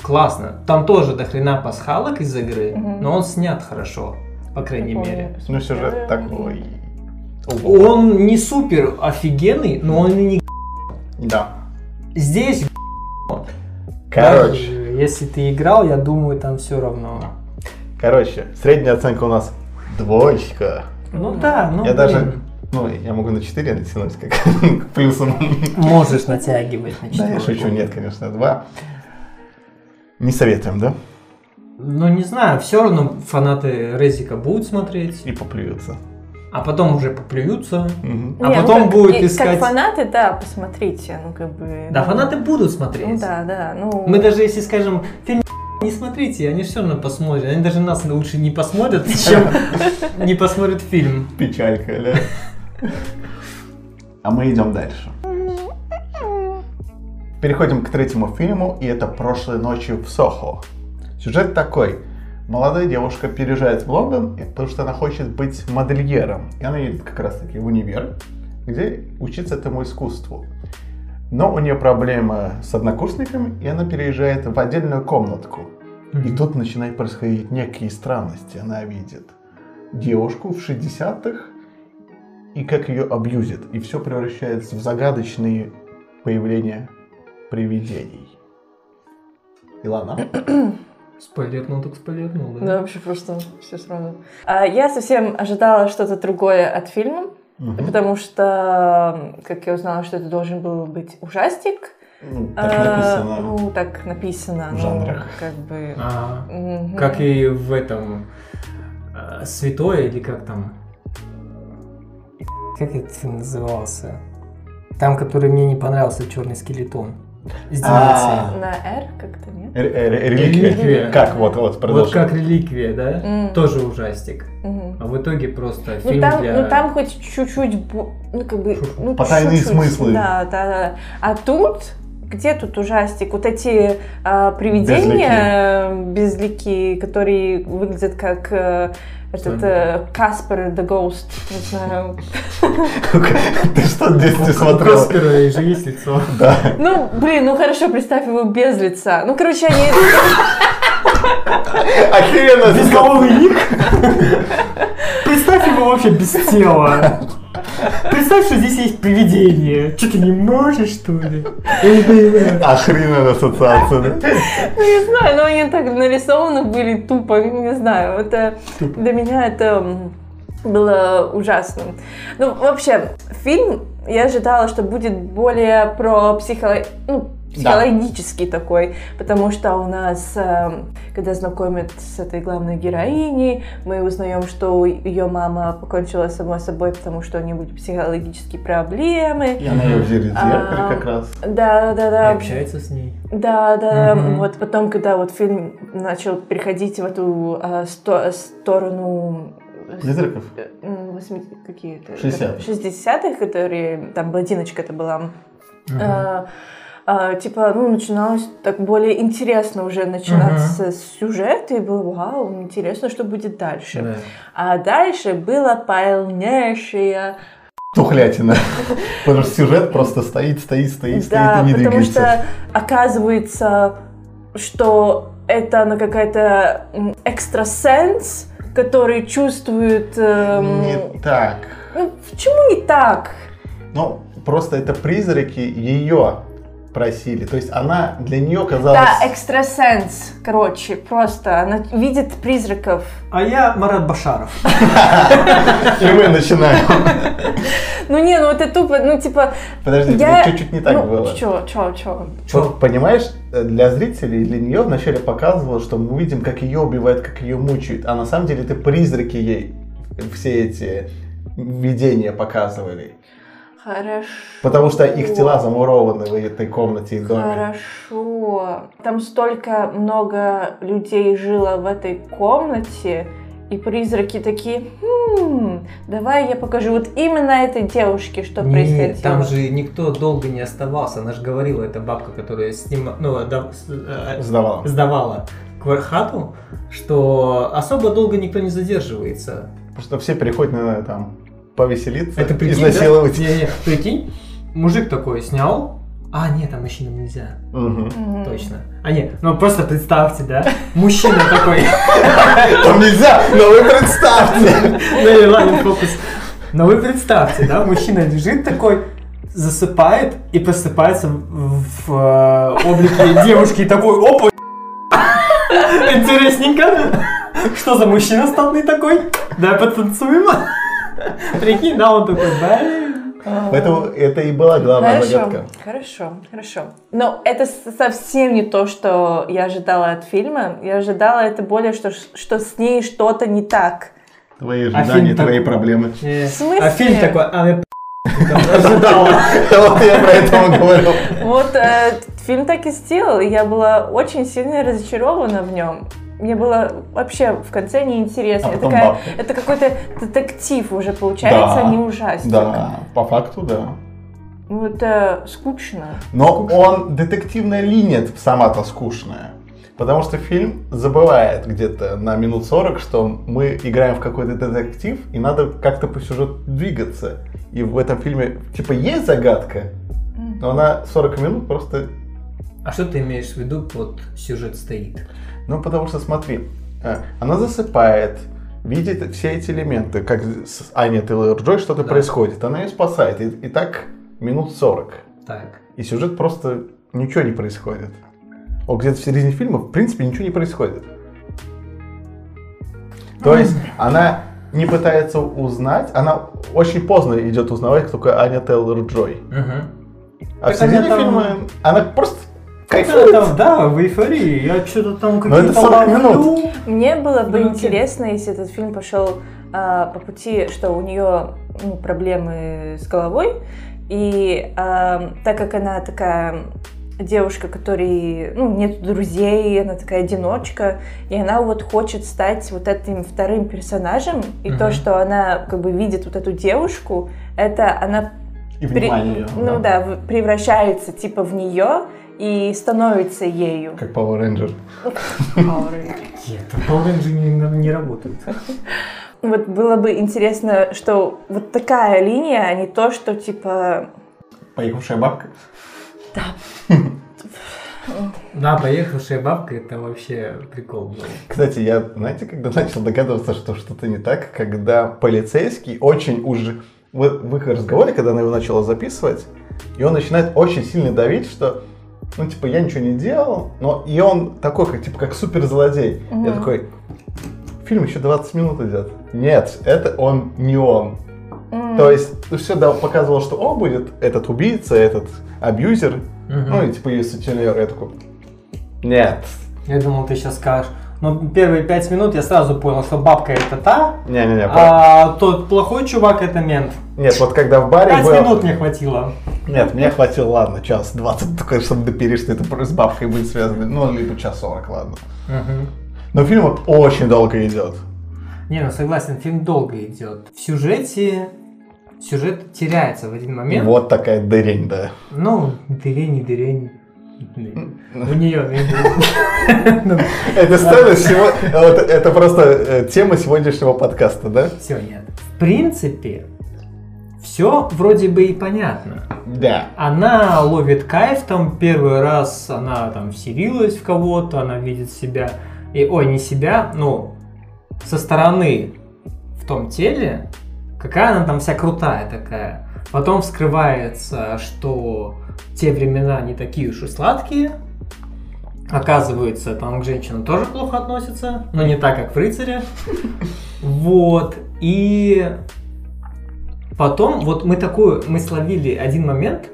классно. Там тоже до хрена пасхалок из игры,
Мгм.
но он снят хорошо, по крайней мере.
Ну, сюжет такой. Ого.
Он не супер офигенный, но он и не
Да.
здесь.
Короче,
даже если ты играл, я думаю, там все равно.
короче, средняя оценка у нас двоечка.
Ну да, ну
Я даже,
блин.
ну, я могу на 4 натянуть, как к плюсам.
Можешь натягивать на
Да, я
четверку.
шучу, нет, конечно, 2. Не советуем, да?
Ну, не знаю, все равно фанаты Резика будут смотреть,
И поплюются.
а потом уже поплюются.
Мгм.
А
Не, ну,
потом
как-
будет
и-
искать-
Как фанаты, да, посмотрите, ну как бы...
Да,
ну,
фанаты будут
Ну
смотреть.
да, да, ну...
Мы даже если скажем, фильм не смотрите, они все равно посмотрят. Они даже нас лучше не посмотрят, чем не посмотрят фильм.
Печалька, да? А мы идем дальше. Переходим к третьему фильму, и это «Прошлой ночью в Сохо». Сюжет такой. Молодая девушка переезжает в Лондон, и- потому что она хочет быть модельером. И она едет как раз-таки в универ, где учиться этому искусству. Но у нее проблемы с однокурсниками, и она переезжает в отдельную комнатку. И тут начинают происходить некие странности. Она видит девушку в 60-х и как ее абьюзит. И все превращается в загадочные появления привидений. Илана?
Спойлернул, так спойлернул,
Да,
да?
вообще просто все сразу. А, я совсем ожидала что-то другое от фильма,
Мгм.
потому что, как я узнала, что это должен был быть ужастик.
Ну,
А,
Так написано.
Ну, так написано.
В
ну,
жанрах.
Как бы...
А,
мгм.
Как и в этом э, Святое или как там? Как этот фильм назывался? Там, который мне не понравился, черный скелетон. С
А.
Деницием.
На R как-то, нет?
Ре- ре- Реликвия.
Реликвия.
Как? Вот, вот,
Вот
продолжи.
как реликвия, да?
М,
Тоже ужастик.
мгм.
А в итоге просто
Ну
фильм
там,
для...
ну там хоть чуть-чуть, бу- ну как бы, ну,
Потайные
чуть-чуть,
смыслы.
Да, да, да. А тут где тут ужастик? Вот эти а, привидения э, безликие, которые выглядят как э, этот э, Каспер the Ghost, не знаю.
Ты что в детстве
У
смотрел?
Каспера же есть лицо.
Да.
Ну, блин, ну хорошо, представь его без лица. Ну, короче, они...
Охеренно.
Безголовый Ник. Представь его вообще без тела. Представь, что здесь есть привидение. Что ты не можешь, что ли? Я не понимаю.
Охрененная ассоциация, да?
Ну, не знаю, но они так нарисованы были тупо, не знаю, это для меня это м, было ужасно. Ну, вообще, фильм я ожидала, что будет более про психоло... ну, психологический такой, потому что у нас, эм, когда знакомят с этой главной героиней, мы узнаем, что ее мама покончила сама собой, потому что у нее были психологические проблемы.
И она ее в зеркале
А,
как раз.
Да, да, да.
с ней.
Да, да,
Мгм.
вот потом, когда вот фильм начал переходить в эту а, сто- сторону
Призраков?
э, м, 80 какие это?
60-х.
60-х, которые там блондиночка это была. А, а, типа, ну, начиналось так более интересно уже начинаться сюжет, и было, вау, интересно, что будет дальше. А дальше было полнейшее
Тухлятина. Потому что сюжет просто стоит, стоит, стоит,
Да,
стоит и не
потому
двигается.
что оказывается, что это она какая-то м, экстрасенс, который чувствует... эм,
Не так.
ну, почему не так?
Ну, просто это призраки ее просили. То есть она для нее казалась...
Да, экстрасенс, короче, просто она видит призраков.
А я Марат Башаров.
И мы начинаем.
Ну не, ну это тупо, ну типа...
Подожди,
Я-
чуть-чуть не так
ну,
было.
Чё, чё, чё?
Вот, понимаешь, э, для зрителей, для нее вначале показывало, что мы видим, как ее убивают, как ее мучают, а на самом деле это призраки ей все эти видения показывали.
Хорошо.
Потому что их тела замурованы в этой комнате и доме.
Хорошо. Там столько много людей жило в этой комнате, и призраки такие, «Хм, давай я покажу вот именно этой девушке, что происходило.
там же никто долго не оставался. Она же говорила, эта бабка, которая снима... ну, да, с- э,
Сдавала.
сдавала квархату, что особо долго никто не задерживается.
Потому что все переходят на там повеселиться,
Это прикинь, да?
изнасиловать.
Не-не, прикинь, мужик такой снял, а, нет, там мужчинам нельзя,
Мгм.
Мгм.
точно. А, нет, ну просто представьте, да, мужчина такой,
Там нельзя, но вы представьте.
ну и ладно, фокус. Но вы представьте, да, мужчина лежит такой, засыпает и просыпается в, в, э, облике девушки и такой, опа, интересненько, что за мужчина статный такой, давай потанцуем. Прикинь, да, он такой, блин.
А.
Поэтому это и была главная
Хорошо,
загадка.
хорошо, хорошо. Но это с- совсем не то, что я ожидала от фильма. Я ожидала это более, что, что с ней что-то не так.
Твои
А
ожидания,
фильм
твои
такой?
проблемы.
Э,
В смысле?
А фильм такой, а я ожидала.
Вот я про это и говорил.
Вот э, фильм так и сделал, и я была очень сильно разочарована в нем. Мне было вообще в конце неинтересно.
А
это,
потом
такая-
бабка.
это какой-то детектив уже получается,
Да.
а не ужастик.
Да, по факту, да.
Ну это скучно.
Но он детективная линия сама-то скучная. Потому что фильм забывает где-то на минут 40, что мы играем в какой-то детектив, и надо как-то по сюжету двигаться. И в этом фильме, типа, есть загадка,
М.
но она 40 минут просто...
А что ты имеешь в виду под сюжет стоит?
Ну, потому что, смотри, э, она засыпает, видит все эти элементы, как с а Аней Тейлор-Джой что-то
Да.
происходит. Она ее спасает, и, и так минут 40.
Так.
И сюжет просто ничего не происходит. О, где-то в середине фильма, в принципе, ничего не происходит. То есть она не пытается узнать, она очень поздно идет узнавать, кто такая Аня Тейлор Джой.
Мгм.
А в
Так она
середине
там-
фильма она просто
Да,
кайфует.
там, да, в эйфории. Я что-то там
Но это
какие-то
40 минут.
ловлю.
Мне было бы
Ну, окей.
интересно, если этот фильм пошел а, по пути, что у нее ну, проблемы с головой, и а, так как она такая девушка, которой ну, нет друзей, она такая одиночка, и она вот хочет стать вот этим вторым персонажем, и то,
Мгм.
что она как бы видит вот эту девушку, это она
И
при-
внимание её,
ну да, в- превращается типа в нее и становится ею.
Как Power Ranger.
Нет, Power Rangers не, не работает.
Вот было бы интересно, что вот такая линия, а не то, что типа...
Поехавшая бабка.
Да, поехавшая бабка, это вообще прикол был.
Кстати, я, знаете, когда начал догадываться, что что-то не так, когда полицейский очень уже... Вот в их разговоре, когда она его начала записывать, и он начинает очень сильно давить, что ну, типа, я ничего не делал, но и он такой, как, типа, как суперзлодей. Я
Мгм.
такой, фильм еще 20 минут идет. Нет, это он не он.
М.
То есть, ну, все показывало, что он будет этот убийца, этот абьюзер, ну и типа ее сутенер. Я такой, нет,
Я думал, ты сейчас скажешь. Но первые пять минут я сразу понял, что бабка это та,
не-не-не, по-
а тот плохой чувак это мент.
нет, вот когда в баре
Пять
был...
минут мне хватило.
Нет, мне хватило, ладно, час 20, такой, чтобы допереть, что это с бабкой будет связано, ну, либо час 40, ладно. Но фильм вот очень долго идет.
Не, ну согласен, фильм долго идет. В сюжете сюжет теряется в один момент.
Вот такая дырень, да.
Ну, дырень, не дырень. В нее.
Это сцена всего... вот Это просто э, тема сегодняшнего подкаста, да?
Все, нет. В принципе, все вроде бы и понятно.
Да.
Она ловит кайф, там первый раз она там вселилась в кого-то, она видит себя, и, ой, не себя, ну, со стороны в том теле, какая она там вся крутая такая. Потом вскрывается, что те времена не такие уж и сладкие, Оказывается, там к женщинам тоже плохо относятся, но не так, как в рыцаре. Вот. И потом, вот мы такую, мы словили один момент,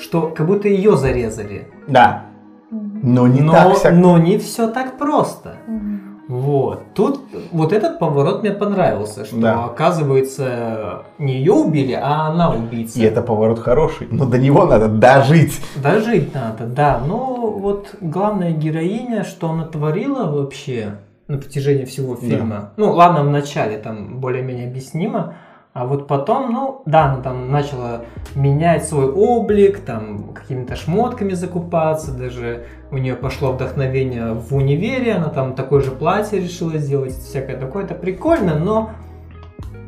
что как будто ее зарезали.
Да.
Мгм.
Но не
но,
так всяк-
но не все так просто.
Мгм.
Вот. Тут вот этот поворот мне понравился, что
Да.
оказывается не ее убили, а она убийца.
И это поворот хороший, но до него надо дожить.
Дожить надо, да. Но вот главная героиня, что она творила вообще на протяжении всего
Да.
фильма. Ну, ладно, в начале там более-менее объяснимо. А вот потом, ну, да, она там начала менять свой облик, там, какими-то шмотками закупаться, даже у нее пошло вдохновение в универе, она там такое же платье решила сделать, всякое такое, это прикольно, но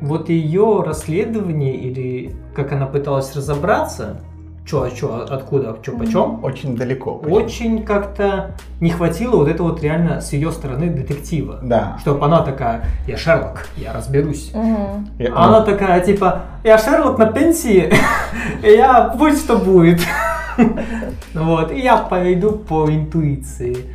вот ее расследование или как она пыталась разобраться, что, а что, откуда, что, почем,
Очень далеко.
очень как-то не хватило вот этого вот реально с ее стороны детектива.
Да.
Чтоб она такая, я Шерлок, я разберусь.
Мгм.
Я-
А она такая, типа, я Шерлок на пенсии, и я будь что будет. Вот, и я пойду по интуиции.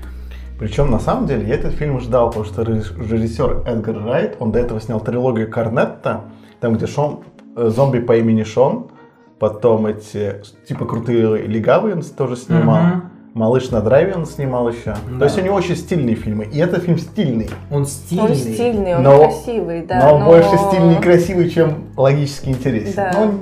Причем, на самом деле, я этот фильм ждал, потому что реж- режиссер Эдгар Райт, он до этого снял трилогию Корнетта, там, где Шон, э, зомби по имени Шон, потом эти, типа, крутые легавые он тоже снимал,
Мгм.
Малыш на драйве он снимал еще. То
Да.
есть у него очень стильные фильмы, и этот фильм стильный,
Он
Он
стильный.
стильный, он
Но-
красивый, да.
но он больше стильный и красивый, чем логически интересен.
Да.
Но он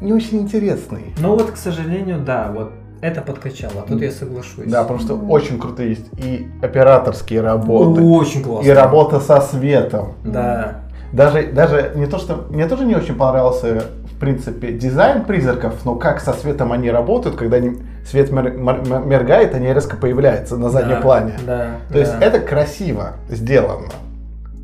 не очень интересный.
Но вот, к сожалению, да, вот это подкачало. Тут я соглашусь.
Да, потому что
Мгм.
очень крутые есть и операторские работы,
Очень классно.
и работа со светом.
Да.
Даже, даже не то, что... Мне тоже не очень понравился, в принципе, дизайн призраков, но как со светом они работают, когда они- свет мер- мер- мер- мергает, они резко появляются на заднем
Да,
плане.
Да.
То
да.
есть это красиво сделано.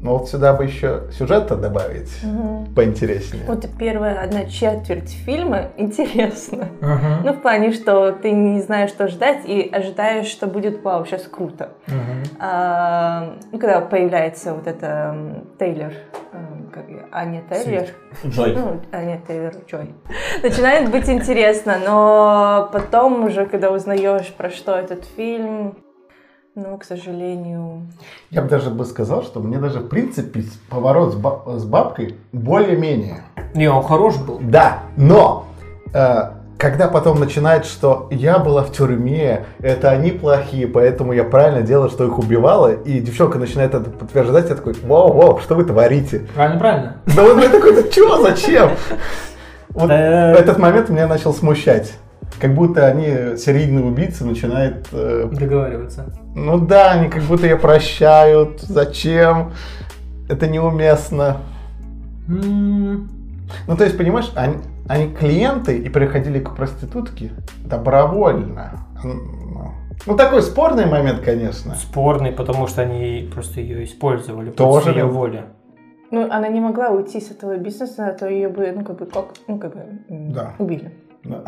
Но вот сюда бы еще сюжета добавить
Мгм.
поинтереснее.
Вот первая одна четверть фильма интересно.
Мгм.
Ну, в плане, что ты не знаешь, что ждать, и ожидаешь, что будет, вау, сейчас круто.
Мгм.
А, ну, когда появляется вот эта м, Тейлор, м, как её, Аня Тейлор, ну, Аня Тейлор Джой, начинает быть интересно, но потом уже, когда узнаешь, про что этот фильм, ну, к сожалению...
Я бы даже бы сказал, что мне даже, в принципе, с- поворот с, ба- с бабкой более-менее.
Не, он хорош был.
Да, но э, когда потом начинает, что я была в тюрьме, это они плохие, поэтому я правильно делала, что их убивала, и девчонка начинает это подтверждать, я такой, вау, вау, что вы творите?
Правильно, правильно.
Да вот я такой, «Да чего, зачем? Вот
Да.
этот момент меня начал смущать. Как будто они, серийные убийцы, начинают... э,
Договариваться.
ну да, они как будто ее прощают, зачем? Это неуместно.
М,
Ну, то есть, понимаешь, они, они клиенты и приходили к проститутке добровольно. Ну, ну, такой спорный момент, конечно.
Спорный, потому что они просто ее использовали
Тоже
против ее
верно.
воли.
Ну, она не могла уйти с этого бизнеса, а то ее бы, ну, как бы, как, ну, как бы м,
Да.
убили.
Да.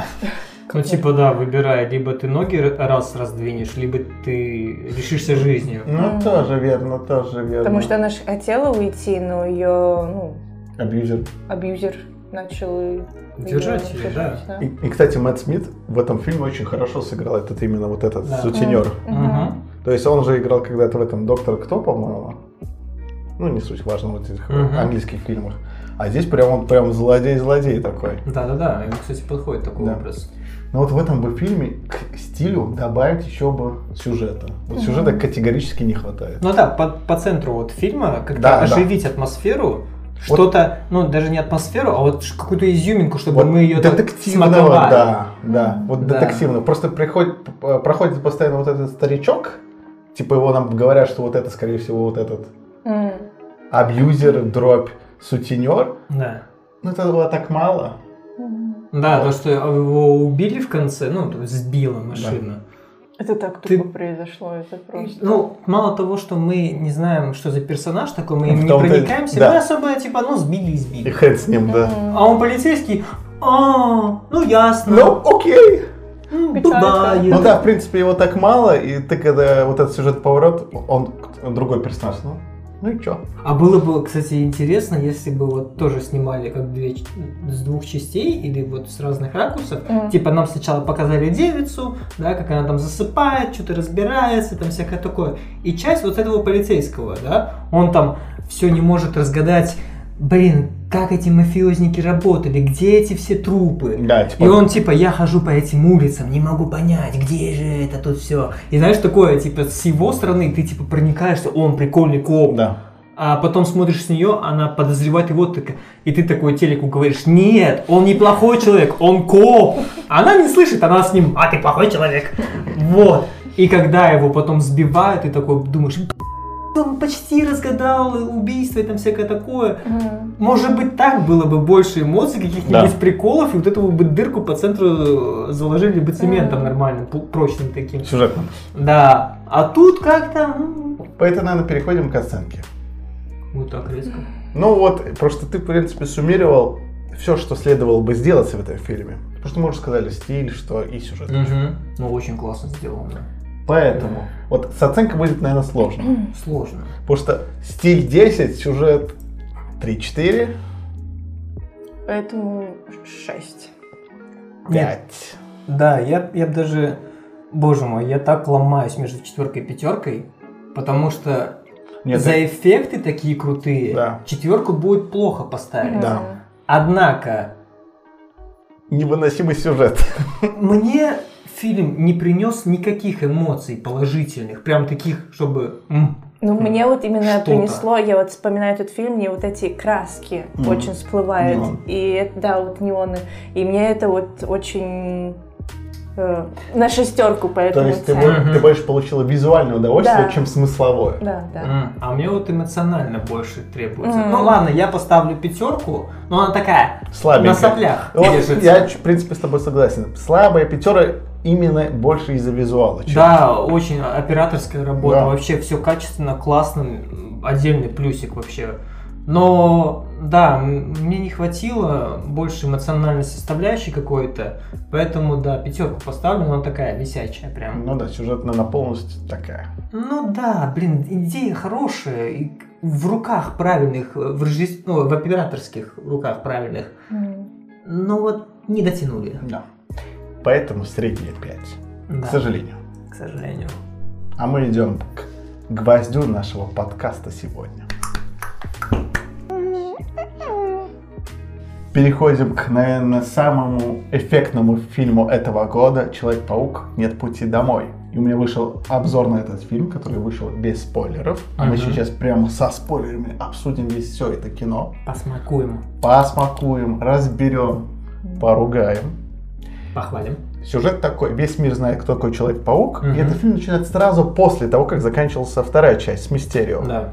Ну, типа, да, выбирай, либо ты ноги раз раздвинешь, либо ты решишься жизнью.
Ну,
Мгм.
тоже верно, тоже верно.
Потому что она же хотела уйти, но ее ну,
Абьюзер.
абьюзер начал её
Держать ее, да.
держать, да.
И, и, кстати, Мэтт Смит в этом фильме очень хорошо сыграл этот именно вот этот
Да.
сутенер.
Мгм.
То есть он же играл когда-то в этом «Доктор Кто», по-моему. Ну, не суть, важно, в этих
Мгм.
английских фильмах. А здесь прям он прям злодей-злодей такой.
Да-да-да, ему, кстати, подходит такой
Да.
образ.
Но вот в этом бы фильме к стилю добавить еще бы сюжета. Вот сюжета
Мгм.
категорически не хватает.
Ну да, по, по центру вот фильма как-то
Да, да.
оживить атмосферу, что-то, ну даже не атмосферу, а вот ш- какую-то изюминку, чтобы
Вот
мы ее так
детективного,
смаковали.
да, да,
Мгм.
вот
Да.
детективно. Просто приходит, п- проходит постоянно вот этот старичок, типа его нам говорят, что вот это, скорее всего, вот этот
М.
абьюзер, дробь, сутенер.
Да.
Ну, это было так мало.
М.
Да,
Вот.
то, что его убили в конце, ну, то есть сбила машина.
Это так
Ты-
тупо произошло, это просто.
Ну, мало того, что мы не знаем, что за персонаж такой, мы им
В
не
том-то и-
проникаемся,
да.
мы особо, типа, ну, сбили и
И
сбили.
хэд с ним, да.
М.
А он полицейский, а, ну, ясно,
Ну, окей.
М,
печально.
бывает.
Ну да, в принципе, его так мало, и ты когда вот этот сюжет поворот, он другой персонаж, ну, ну и чё?
А было бы, кстати, интересно, если бы вот тоже снимали как две, ч- с двух частей или вот с разных ракурсов,
М.
Типа нам сначала показали девицу, да, как она там засыпает, что-то разбирается, там всякое такое. И часть вот этого полицейского, да, он там все не может разгадать, блин, как эти мафиозники работали, где эти все трупы.
Да,
И он типа, я хожу по этим улицам, не могу понять, где же это тут все. И знаешь, такое, типа, с его стороны ты типа проникаешься, он прикольный коп,
Да.
а потом смотришь с нее, она подозревает его, так- и ты такой телеку говоришь, нет, он неплохой человек, он коп. Она не слышит, она с ним, а ты плохой человек. Вот. И когда его потом сбивают, ты такой думаешь, «Б***ь, он почти разгадал убийство и там всякое такое.
М.
Может быть, так было бы больше эмоций, каких-нибудь
Да.
приколов, и вот эту бы дырку по центру э, заложили бы цементом
Мгм.
нормальным, пу- прочным таким.
Сюжетно.
Да. А тут как-то м,
Поэтому, наверное, переходим к оценке.
вот так резко.
Ну вот, просто ты, в принципе, суммировал все, что следовало бы сделать в этом фильме. Потому что мы уже сказали стиль, что и сюжет.
Мгм. Ну, очень классно сделано.
Поэтому вот с оценкой будет, наверное, сложно.
Сложно.
Потому что стиль 10, сюжет 3-4,
Поэтому шесть.
Нет,
5.
да, я, я б даже... Боже мой, я так ломаюсь между четверкой и пятеркой, потому что
Нет,
за эффекты такие крутые
Да.
четверку будет плохо поставить.
Да.
М.
Однако,
невыносимый сюжет.
мне фильм не принес никаких эмоций положительных, прям таких, чтобы... м,
Ну,
М.
мне вот именно
Что-то.
принесло, я вот вспоминаю этот фильм, мне вот эти краски
Мгм.
очень всплывают.
Неон.
И это- да, вот неоны. И мне это вот очень э, на шестерку,
То
поэтому.
есть ты,
оценка.
бо-
Мгм.
ты больше получила визуальное удовольствие,
Да.
чем смысловое.
Да, да.
М, А мне вот эмоционально больше требуется.
М.
Ну ладно, я поставлю пятерку, но она такая, на
Слабенькое.
соплях
Вот
держится.
я, в принципе, с тобой согласен. Слабая пятера именно больше из-за визуала. чем-
Да, очень операторская работа,
Да.
вообще все качественно, классно, м, отдельный плюсик вообще. Но да, м, мне не хватило больше эмоциональной составляющей какой-то, поэтому да, пятерку поставлю, но она такая висячая прям.
Ну да, сюжет, наверное, полностью такая.
Ну да, блин, идея хорошая, и к- в руках правильных, э, в, режисс- ну, в операторских руках правильных,
М.
но вот не дотянули.
Да. Поэтому средняя 5.
Да,
К сожалению.
к сожалению.
А мы идем к гвоздю нашего подкаста сегодня. Переходим к, наверное, самому эффектному фильму этого года «Человек-паук. Нет пути домой». И у меня вышел обзор на этот фильм, который вышел без спойлеров. А мы
Мгм.
сейчас прямо со спойлерами обсудим весь все это кино.
Посмакуем,
Посмакуем, разберем, поругаем.
похвалим.
Сюжет такой, весь мир знает, кто такой Человек-паук.
Мгм.
И этот фильм начинается сразу после того, как заканчивался вторая часть с Мистерио.
Да.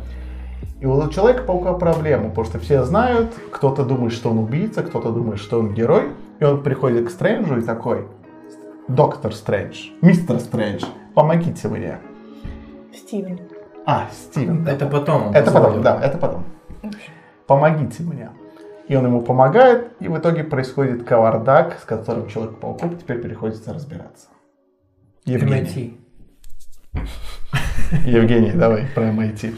И вот у Человека-паука проблема, потому что все знают, кто-то думает, что он убийца, кто-то думает, что он герой. И он приходит к Стрэнджу и такой, доктор Стрэндж, мистер Стрэндж, помогите мне.
Стивен.
А, Стивен. да.
Это потом.
Это потом,
позволю.
да, это потом. Помогите мне. и он ему помогает, и в итоге происходит кавардак, с которым Человек-пауку теперь приходится разбираться. Евгений,
MIT.
Евгений, давай про MIT.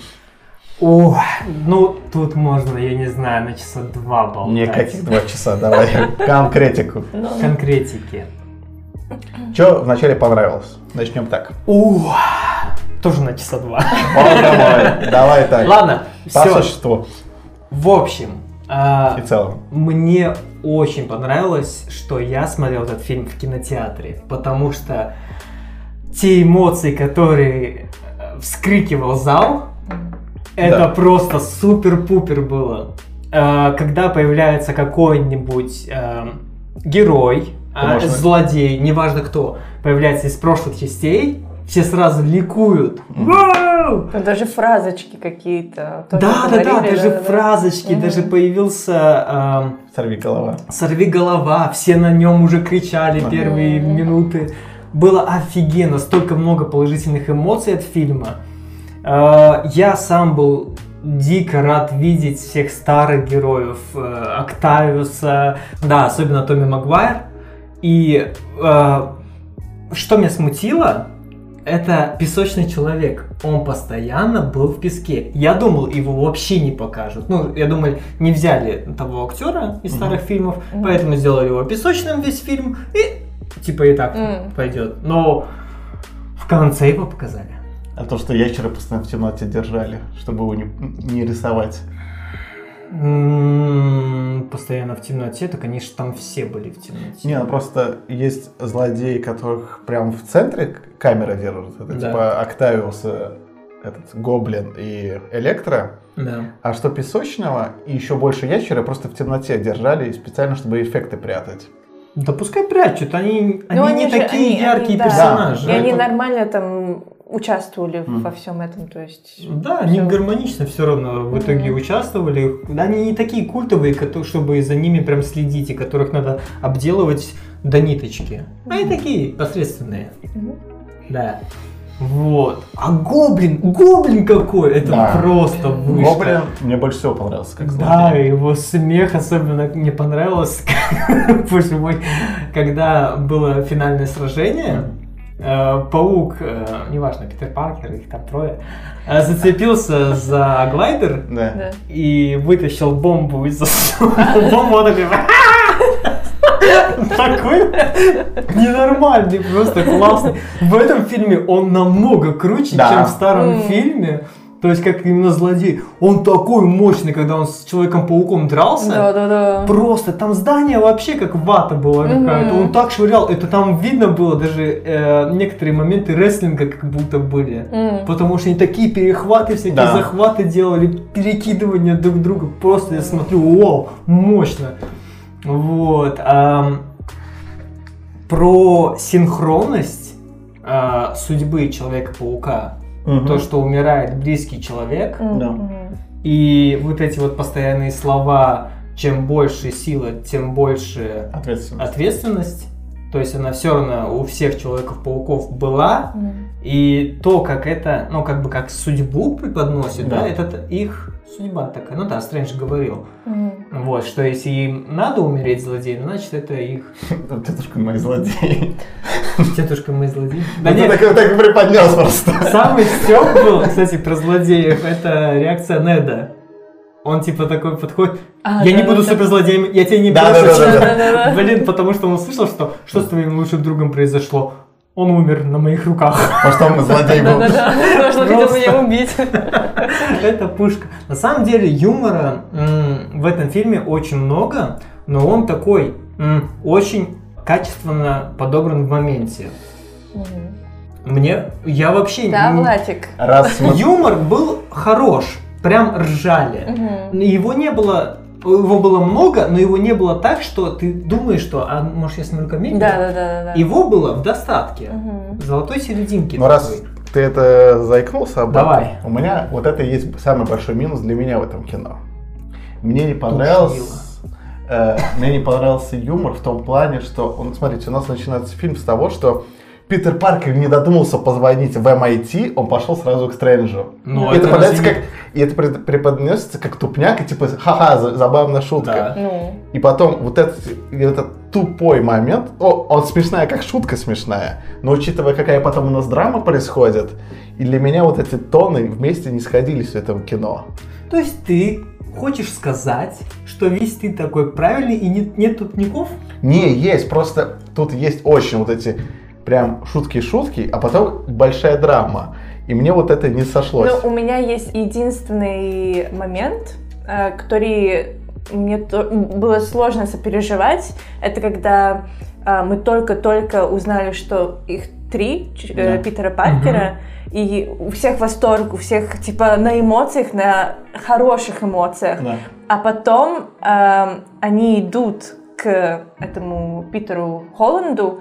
О, ну тут можно, я не знаю, на часа два болтать.
Никаких два часа, давай конкретику.
Ну,
Конкретики.
Че вначале понравилось? Начнем так.
У, тоже на часа два.
Вот давай, давай так.
Ладно,
По
все.
существу
В общем, а,
и целом.
Мне очень понравилось, что я смотрел этот фильм в кинотеатре, потому что те эмоции, которые э, вскрикивал зал, это
Да.
просто супер-пупер было. Э, Когда появляется какой-нибудь э, герой, а,
Можно.
злодей, неважно кто, появляется из прошлых частей, все сразу ликуют.
Мгм.
Вау!
ну, даже фразочки какие-то. тоже
Да, да, да,
говорили,
даже
да-да-да.
фразочки,
Мгм.
даже появился эм,
Сорви голова.
сорви голова, все на нем уже кричали
Ага.
первые
Мгм.
минуты. Было офигенно, столько много положительных эмоций от фильма. Э, Я сам был дико рад видеть всех старых героев, э, Октавиуса, да, особенно Томми Магуайр. И э, что меня смутило, это песочный человек. Он постоянно был в песке. Я думал, его вообще не покажут. Ну, я думал, не взяли того актера из
Мгм.
старых фильмов,
Мгм.
поэтому сделали его песочным весь фильм. И типа и так
Мгм.
пойдет. Но в конце его показали.
А то, что ящеры постоянно в темноте держали, чтобы его не, не рисовать.
М, М-м-м, Постоянно в темноте, то, конечно, там все были в темноте.
Не, ну просто есть злодеи, которых прям в центре к- камера держит. Это
Да.
типа Октавиус, э, этот Гоблин и Электро.
Да.
А что песочного и еще больше ящера просто в темноте держали специально, чтобы эффекты прятать.
Да пускай прячут, они, они
Ну,
не
же-
такие
они-
яркие
они, да.
персонажи.
И они
Это-
нормально там участвовали
Мгм.
во всем этом, то есть...
Да, они
Всё.
гармонично все равно в итоге
Мгм.
участвовали. Да, Они не такие культовые, кото- чтобы за ними прям следить, и которых надо обделывать до ниточки. Они
Мгм.
такие посредственные.
Мгм.
Да. Вот. А гоблин, гоблин какой! Это
Да.
просто вышка.
Гоблин мне больше всего понравился, как
Ну, Да,
злодей.
его смех особенно мне понравилось, боже мой, когда было финальное сражение. Э, Паук, э, неважно, Питер Паркер, их там трое, э, зацепился за глайдер
Да.
Да.
и вытащил бомбу из-за бомбу, он такой «А!» такой ненормальный, просто классный. В этом фильме он намного круче,
Да.
чем в старом
М.
фильме. То есть, как именно злодей. Он такой мощный, когда он с Человеком-пауком дрался.
Да-да-да.
Просто там здание вообще как вата было
Мгм.
какая-то. Он так швырял, это там видно было даже э, некоторые моменты рестлинга как будто были.
М.
Потому что они такие перехваты, всякие
Да.
захваты делали, перекидывания друг друга. Просто я смотрю, вау, мощно. Вот. ам, про синхронность а, судьбы Человека-паука.
Мгм.
То, что умирает близкий человек.
М,
Да.
м.
И вот эти вот постоянные слова, чем больше сила, тем больше
Ответственно.
ответственность. То есть она все равно у всех человеков-пауков была.
М.
И то, как это, ну, как бы как судьбу преподносит, да,
Да.
это т- их судьба такая. Ну да, Стрэндж говорил.
М.
Вот, что если им надо умереть злодеем, значит это их
Тетушка мои злодеи.
тетушка мы злодеи. Да
Да ты
нет,
так, так приподнялся просто.
Самый стёб был, кстати, про злодеев, это реакция Неда. Он типа такой подходит,
А,
я не
да,
буду
да.
суперзлодеем, я тебя не
Да,
прошу.
да, да,
Да-да-да.
Блин, потому что он услышал, что что с твоим лучшим другом произошло. Он умер на моих руках.
Потому что он злодей был.
Да-да-да. Потому что хотел
Просто.
меня убить.
Это пушка. На самом деле юмора м, в этом фильме очень много, но он такой м, очень качественно подобран в моменте.
Мгм.
Мне, я вообще...
Да,
м,
Владик.
Раз мы...
юмор был хорош, прям ржали.
Мгм.
Его не было, его было много, но его не было так, что ты думаешь, что, а может я смотрю комедию?
Да-да-да.
Его было в достатке,
Мгм.
в золотой серединке.
Ну раз
такой.
ты это заикнулся об этом,
Давай.
у меня вот это и есть самый большой минус для меня в этом кино. Мне не понравилось. э, мне не понравился юмор в том плане, что, он, смотрите, у нас начинается фильм с того, что Питер Паркер не додумался позвонить в MIT, он пошел сразу к Стрэнджу.
Ну,
и, это
это разве
подается
не-
как, и это пред- преподносится как тупняк, и типа, ха-ха, за- забавная шутка.
Да.
Ну,
И потом вот этот, и этот тупой момент, о, он смешная, как шутка смешная, но учитывая, какая потом у нас драма происходит, и для меня вот эти тоны вместе не сходились в этом кино.
То есть ты хочешь сказать, что весь ты такой правильный и нет, нет тупников?
Не, есть, просто тут есть очень вот эти прям шутки-шутки, а потом большая драма. И мне вот это не сошлось.
Но Ну, у меня есть единственный момент, э, который мне то- было сложно сопереживать. Это когда э, мы только-только узнали, что их три ч- э,
Да.
Питера Паркера, и у всех восторг, у всех типа на эмоциях, на хороших эмоциях.
Да.
А потом эм, они идут к этому Питеру Холланду,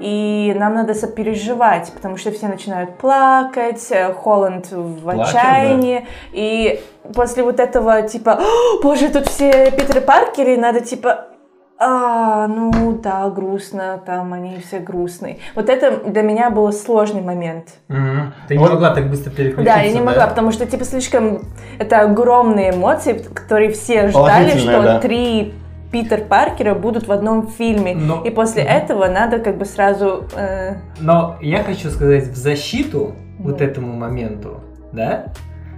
и нам надо сопереживать, потому что все начинают плакать, э, Холланд в
Плачет,
отчаянии, и после вот этого типа, «О, боже, тут все Питеры Паркеры, надо типа, а, ну да, грустно, там они все грустные. Вот это для меня был сложный момент.
Ты
Вот-
не могла так быстро переключиться.
Да, я не могла, потому что типа слишком это огромные эмоции, которые все ждали,
Положительные,
что
да.
три Питер Паркера будут в одном фильме.
Но-
И после
Мгм.
этого надо как бы сразу... э,
Но я хочу сказать в защиту вот
Мгм.
этому моменту, да,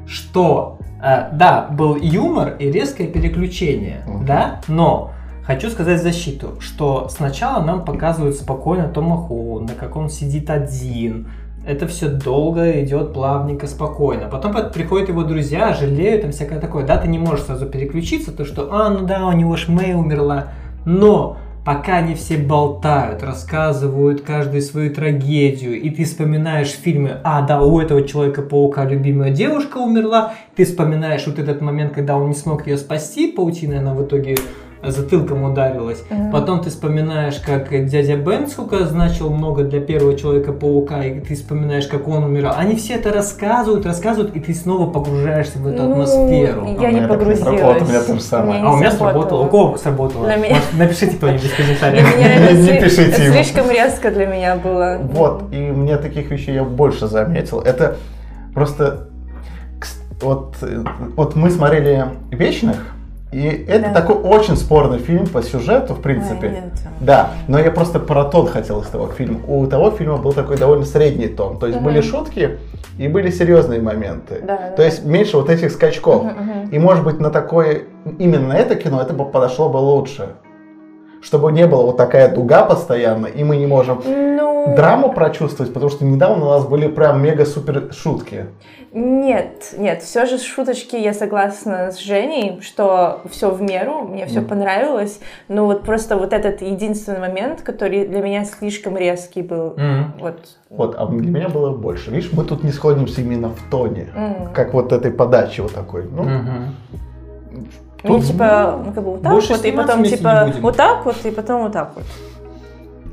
что э, да, был юмор и резкое переключение,
Мгм.
да, но хочу сказать в защиту, что сначала нам показывают спокойно Тома Холланда, как он сидит один, это все долго идет плавненько, спокойно. Потом под- приходят его друзья, жалеют, там всякое такое. Да, ты не можешь сразу переключиться, то что, а, ну да, у него ж Мэй умерла. Но пока они все болтают, рассказывают каждую свою трагедию, и ты вспоминаешь фильмы, а, да, у этого Человека-паука любимая девушка умерла, ты вспоминаешь вот этот момент, когда он не смог ее спасти, паутина, она в итоге затылком ударилась.
м.
Потом ты вспоминаешь, как дядя Бен сколько значил много для первого Человека-паука, и ты вспоминаешь, как он умирал. Они все это рассказывают, рассказывают, и ты снова погружаешься в эту
Ну,
атмосферу.
А у
Я не
меня так не
погрузилась.
сработало, у меня то же самое.
не
А у меня
сработало.
сработало. У кого сработало?
Для меня-
Может, напишите кто-нибудь в
Для
комментариях.
меня это
Не
сли-
пишите
это
ему.
слишком резко для меня было.
Вот, и мне таких вещей я больше заметил. Это просто... кс- Вот, э, вот мы смотрели «Вечных», и это
Да.
такой очень спорный фильм по сюжету, в
Ой,
принципе.
нет.
Да, но я просто про тон хотел из того фильма. У того фильма был такой довольно средний тон. То есть
Мгм.
были шутки и были серьезные моменты.
Да, да,
То
да.
есть меньше вот этих скачков.
Мгм, мгм.
И может быть на такое, именно это кино, это бы подошло бы лучше. Чтобы не было вот такая дуга постоянно, и мы не можем
Ну...
драму прочувствовать, потому что недавно у нас были прям мега-супер шутки.
Нет, нет, все же шуточки, я согласна с Женей, что все в меру, мне все
Мгм.
понравилось, но вот просто вот этот единственный момент, который для меня слишком резкий был,
Мгм.
вот.
Вот, а для меня было больше. Видишь, мы тут не сходимся именно в тоне.
м.
Как вот этой подачи вот такой. Ну,
Мгм.
Мне
тут-
типа, ну, как бы вот так
Больше
вот, и
сниматься
потом
вместе не
типа
будем.
вот так вот, и потом вот так вот.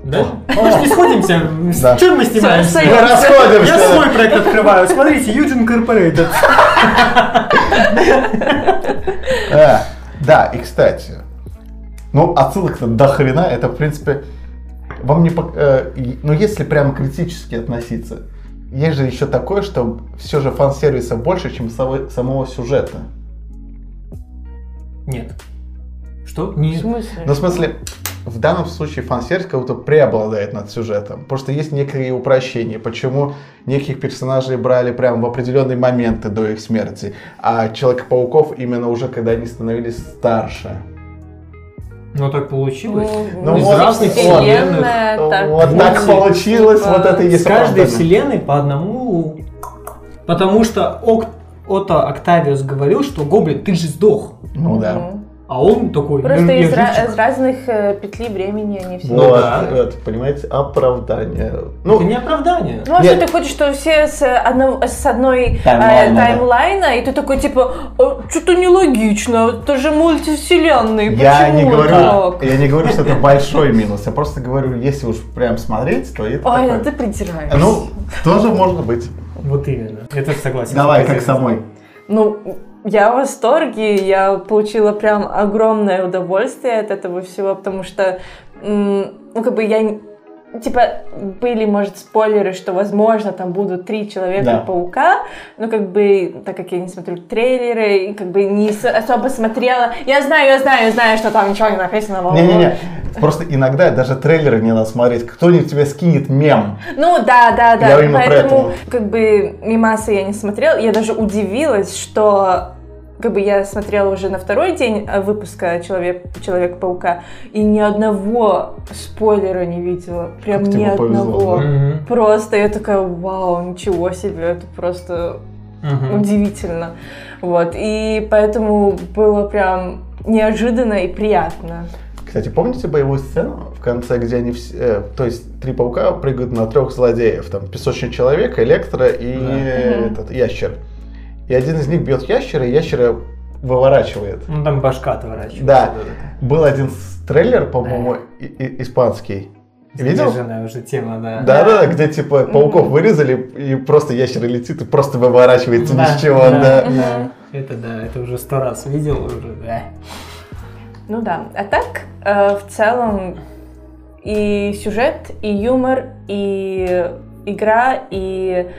Да? Мы ж не сходимся.
Да.
С чем мы
Всё,
снимаемся?
Мы
Я
расстаёмся.
расходимся!
свой проект открываю. Смотрите, Юджин Corporated.
Э, Да, и кстати, ну, отсылок-то до хрена, это, в принципе, вам не... пок- э, и- Ну, если прямо критически относиться, есть же еще такое, что все же фан-сервиса больше, чем само- самого сюжета.
Нет. Что?
В
Нет.
смысле?
Ну, в смысле, в данном случае фан-сервис как будто преобладает над сюжетом. Просто есть некие упрощения, почему неких персонажей брали прямо в определенные моменты до их смерти, а Человека-пауков именно уже, когда они становились старше.
Ну так получилось.
Ну,
Из
вот,
разных
вот,
вселенная, так
вот так
вот,
получилось,
типа,
вот это и
С
есть
каждой
оправдание.
вселенной по одному. Потому что Ок- Отто Октавиус говорил, что Гоблин, ты же сдох.
Ну да.
Мгм.
А он такой. «Я-
Просто
я
из, ра-
живчик».
из разных э, петлей времени они все.
Ну
вот,
да.
вот, понимаете, оправдание. Ну,
Это не оправдание.
Ну а
Нет.
что ты хочешь, что все с, одного, с одной э,
Таймлайна, да.
таймлайна, и ты такой типа, что-то нелогично, это же мультивселенные,
я не,
почему
говорю,
так?»
я не говорю, что это большой минус. Я просто говорю, если уж прям смотреть, то это
Ой,
такое.
ну ты придираешься.
Ну, тоже может быть.
Вот именно. Я тоже согласен.
Давай, как самой.
Ну, я в восторге, я получила прям огромное удовольствие от этого всего, потому что, м, ну, как бы я н- типа, были, может, спойлеры, что, возможно, там будут три
Да.
Человека-паука, но как бы, так как я не смотрю трейлеры, и как бы не с- особо смотрела, я знаю, я знаю, я знаю, что там ничего не написано.
Не-не-не, просто иногда даже трейлеры не надо смотреть. Кто-нибудь тебе скинет мем.
Ну да, да, да.
Я именно про
Поэтому,
это.
как бы, мимасы я не смотрела. Я даже удивилась, что как бы я смотрела уже на второй день э, выпуска Человек, Человека-паука и ни одного спойлера не видела. Прям
Как
ни
тебе повезло,
одного.
да?
Мгм.
Просто я такая, вау, ничего себе, это просто
Мгм.
удивительно. Вот, и поэтому было прям неожиданно и приятно.
Кстати, помните боевую сцену в конце, где они все... э, то есть три паука прыгают на трех злодеев. Там песочный человек, электро и
Да.
э,
Мгм.
этот, ящер. И один из них бьет ящера, и ящера выворачивает.
Ну там башка отворачивается.
Да.
вот эта.
Был один с- трейлер, по-моему, и- и- испанский. Видел?
Задержанная уже тема, да.
Да, да, да, где типа пауков
Мгм.
вырезали, и просто ящер летит и просто выворачивается
Да,
ни с чего,
да,
да.
да. Это да, это уже сто раз видел уже, да.
Ну да. А так, э, в целом, и сюжет, и юмор, и игра, и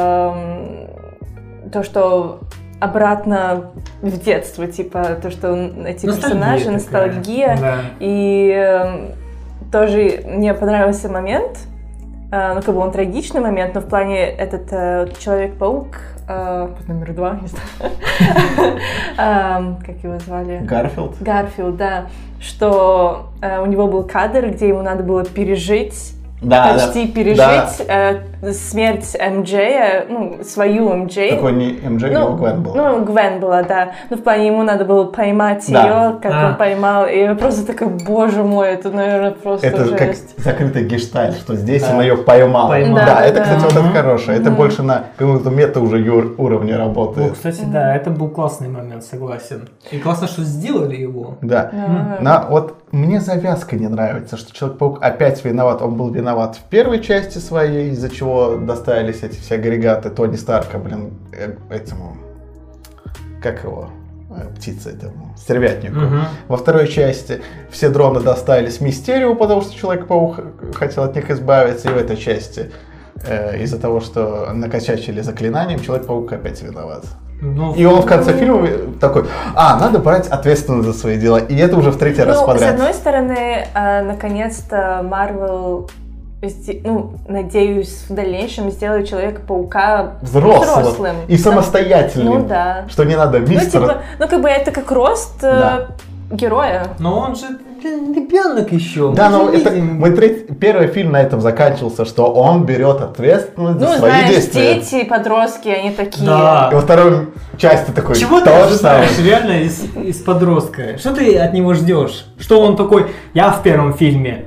эм, то, что обратно в детство, типа то, что эти персонажи,
Ностальгия такая.
ностальгия.
Да.
И эм, тоже мне понравился момент, э, ну как бы он трагичный момент, но в плане этот э, Человек-паук э, под номер два, не знаю, Эм, как его звали?
Гарфилд.
Гарфилд, да, что э, у него был кадр, где ему надо было пережить,
Да, да.
почти пережить э, смерть Мджея, ну, свою Мджей.
Такой не МДЖ, его Гвен был.
Ну, Гвен была, да. Но в плане ему надо было поймать
Да.
ее, как
А.
он поймал. И я просто такая, боже мой, это, наверное, просто
Это же как
жесть.
закрытый гештальт, что здесь
Да.
он ее поймал.
Поймал.
Да,
Да,
это,
да.
кстати, вот это
Мгм.
хорошее. Это
Мгм.
больше на каком-то мета уже юр- уровне
Ну,
работает.
кстати,
Мгм.
да, это был классный момент, согласен. И классно, что сделали его.
Да.
Да.
На, вот мне завязка не нравится, что Человек-паук опять виноват. Он был виноват в первой части своей, из-за чего доставились эти все агрегаты Тони Старка, блин, э, этому... Как его? Э, Птице этому. Стервятнику. Во второй части все дроны достались Мистерио, потому что Человек-паук хотел от них избавиться, и в этой части э, из-за того, что накосячили заклинанием, Человек-паук опять виноват.
Ну,
И он в конце фильма такой, а, надо брать ответственность за свои дела, и это уже в третий раз
Ну, с
подряд.
одной стороны, э, наконец-то Марвел, сде- ну, надеюсь, в дальнейшем сделает Человека-паука
Взрослым.
взрослым.
И
Потому-
самостоятельным.
Ну да.
Что не надо
Ну,
мистера.
типа, ну, как бы это как рост э,
Да.
героя.
Но он же блин, ребенок еще.
Да,
мы
ну,
но
же
это,
видим.
мы треть- первый фильм на этом заканчивался, что он берет ответственность
Ну,
за свои
знаешь,
действия.
дети, подростки, они такие.
Да.
И во второй части такой,
Чего ты
то же самое.
ожидаешь реально из, из подростка? Что ты от него ждешь? Что он такой, я в первом фильме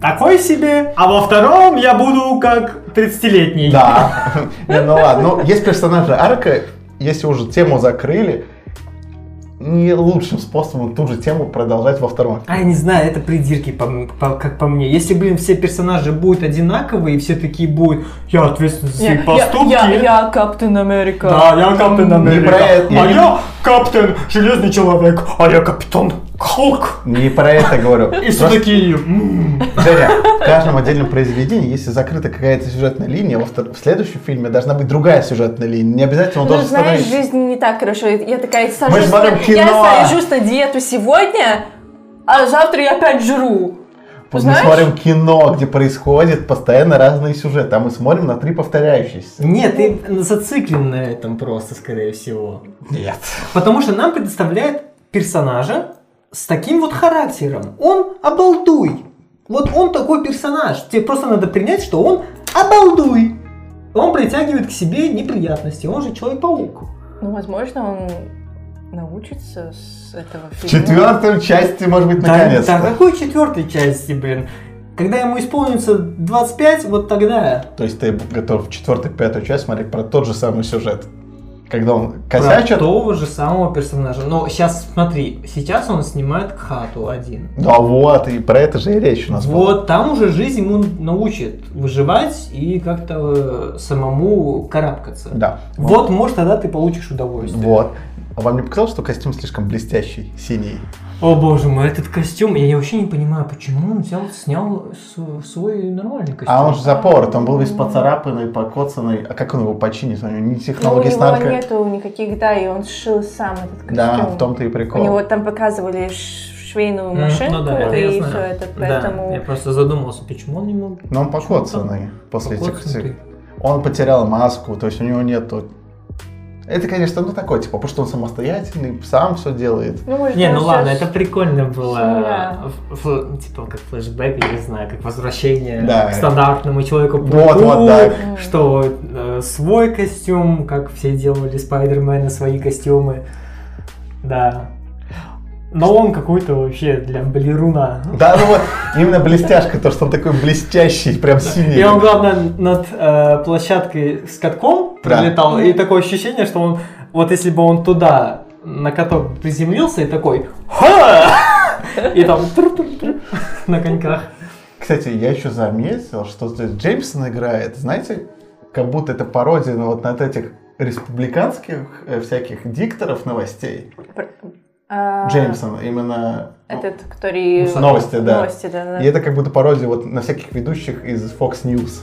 такой себе, а во втором я буду как 30-летний.
Да. Не, ну ладно. Ну, есть персонажи арка, если уже тему закрыли, не лучшим способом ту же тему продолжать во втором.
А я не знаю, это придирки, по м- по- как по мне. Если, блин, все персонажи будут одинаковые, и все такие будут, я ответственен за
Я,
свои
Типа,
поступки.
я, я, я Каптен Америка.
Да, я Каптен Америка.
про это, я
а
не-
я Каптен Железный Человек, а я Капитан Халк.
Не про это говорю.
И все
Просто,
такие... «М».
Женя, в каждом отдельном произведении, если закрыта какая-то сюжетная линия, во втор- в следующем фильме должна быть другая сюжетная линия. Не обязательно он
Ну,
должен
знаешь,
становиться...
жизнь не так хорошо. Я такая сажусь,
смотрим
на-
кино.
я сажусь на диету сегодня, а завтра я опять жру.
Мы
знаешь-
смотрим кино, где происходит постоянно разные сюжеты, а мы смотрим на три повторяющиеся.
Нет, ты зациклен на этом просто, скорее всего.
Нет.
Потому что нам предоставляют персонажа с таким вот характером. Он обалдуй. Вот он такой персонаж. Тебе просто надо принять, что он обалдуй. Он притягивает к себе неприятности. Он же Человек-паук.
Ну, возможно, он научится с этого
В
фильма.
четвертой части, может быть,
Да, да
наконец-то.
какой четвертой части, блин? Когда ему исполнится 25, вот тогда.
То есть ты готов четвертую, пятую часть смотреть про тот же самый сюжет. Когда он косячит,
Про того же самого персонажа. Но сейчас смотри, сейчас он снимает хату один.
да вот, и про это же и речь у нас была.
Вот там уже жизнь ему научит выживать и как-то э, самому карабкаться.
Да.
Вот, может, тогда ты получишь удовольствие.
Вот. А вам не показалось, что костюм слишком блестящий, синий?
О боже мой, этот костюм, я вообще не понимаю, почему он взял, снял с- свой нормальный костюм.
А он же запорот, он был весь поцарапанный, покоцанный. А как он его починит? У него не
Ну, у
технологии
него
снарка.
нету никаких, да, и он сшил сам этот костюм.
Да, в том-то и
У
прикол.
него там показывали ш- швейную
М,
машинку
ну да, это я
и
знаю.
все это,
Да,
поэтому...
я просто задумался, почему он не мог...
Но он покоцанный после этих
покоцанный?
всех. Он потерял маску, то есть у него нету... Это, конечно, ну такой, типа, потому что он самостоятельный, сам все делает.
Ну, может,
Не,
он
ну
всё
ладно,
ж-
это прикольно было.
Да.
Ф- фл- Типа как флешбэк, я не знаю, как возвращение
Да.
к стандартному человеку.
Вот, вот, да.
М.
Что э, свой костюм, как все делали Спайдермена, свои костюмы. Да. Но он какой-то вообще для балеруна.
Да, ну вот, именно блестяшка, то, что он такой блестящий, прям синий.
И он, главное, над э, площадкой с катком
Да.
пролетал, и такое ощущение, что он, вот если бы он туда на каток приземлился и такой «Ха!» И там «Тру-тру-тру» на коньках.
Кстати, я еще заметил, что здесь Джеймсон играет, знаете, как будто это пародия ну, вот на вот этих республиканских э, всяких дикторов новостей.
А,
Джеймсон именно... ну,
Этот, который...
Ну, новости, да.
Новости, да, да.
И это как будто пародия вот на всяких ведущих из Fox News.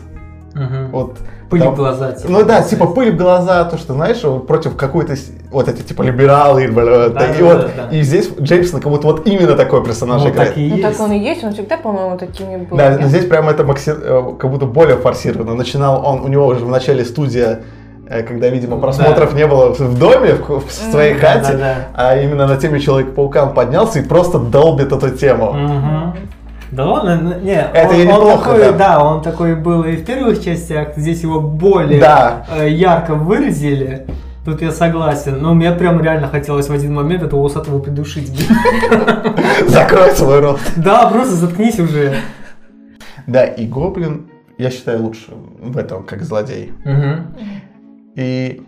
Вот,
Пыль
там-
в глаза. типа.
ну да, типа пыль в глаза, то что, знаешь, он против какой-то, с- вот эти типа либералы, бля,
Да,
и
да,
вот,
да, да.
и здесь Джеймсон как будто вот именно такой персонаж
Ну,
играет.
так и
Ну, так
есть.
он и есть, он всегда, по-моему, таким и был.
Да,
нет?
но здесь прямо это макси- э, как будто более форсировано. Начинал он, у него уже в начале студия, э, когда, видимо,
Да.
просмотров не было в- в доме, в, ку- в своей хате,
Да-да-да.
а именно на теме Человек-паука он поднялся и просто долбит эту тему.
Мгм. Да он, э, не,
Это
он,
и
он
неплохо,
такой,
да.
да. он такой был и в первых частях, здесь его более
Да.
э, ярко выразили. Тут я согласен, но мне прям реально хотелось в один момент этого усатого придушить.
Закрой свой рот.
Да, просто заткнись уже.
Да, и Гоблин, я считаю, лучше в этом, как злодей. И,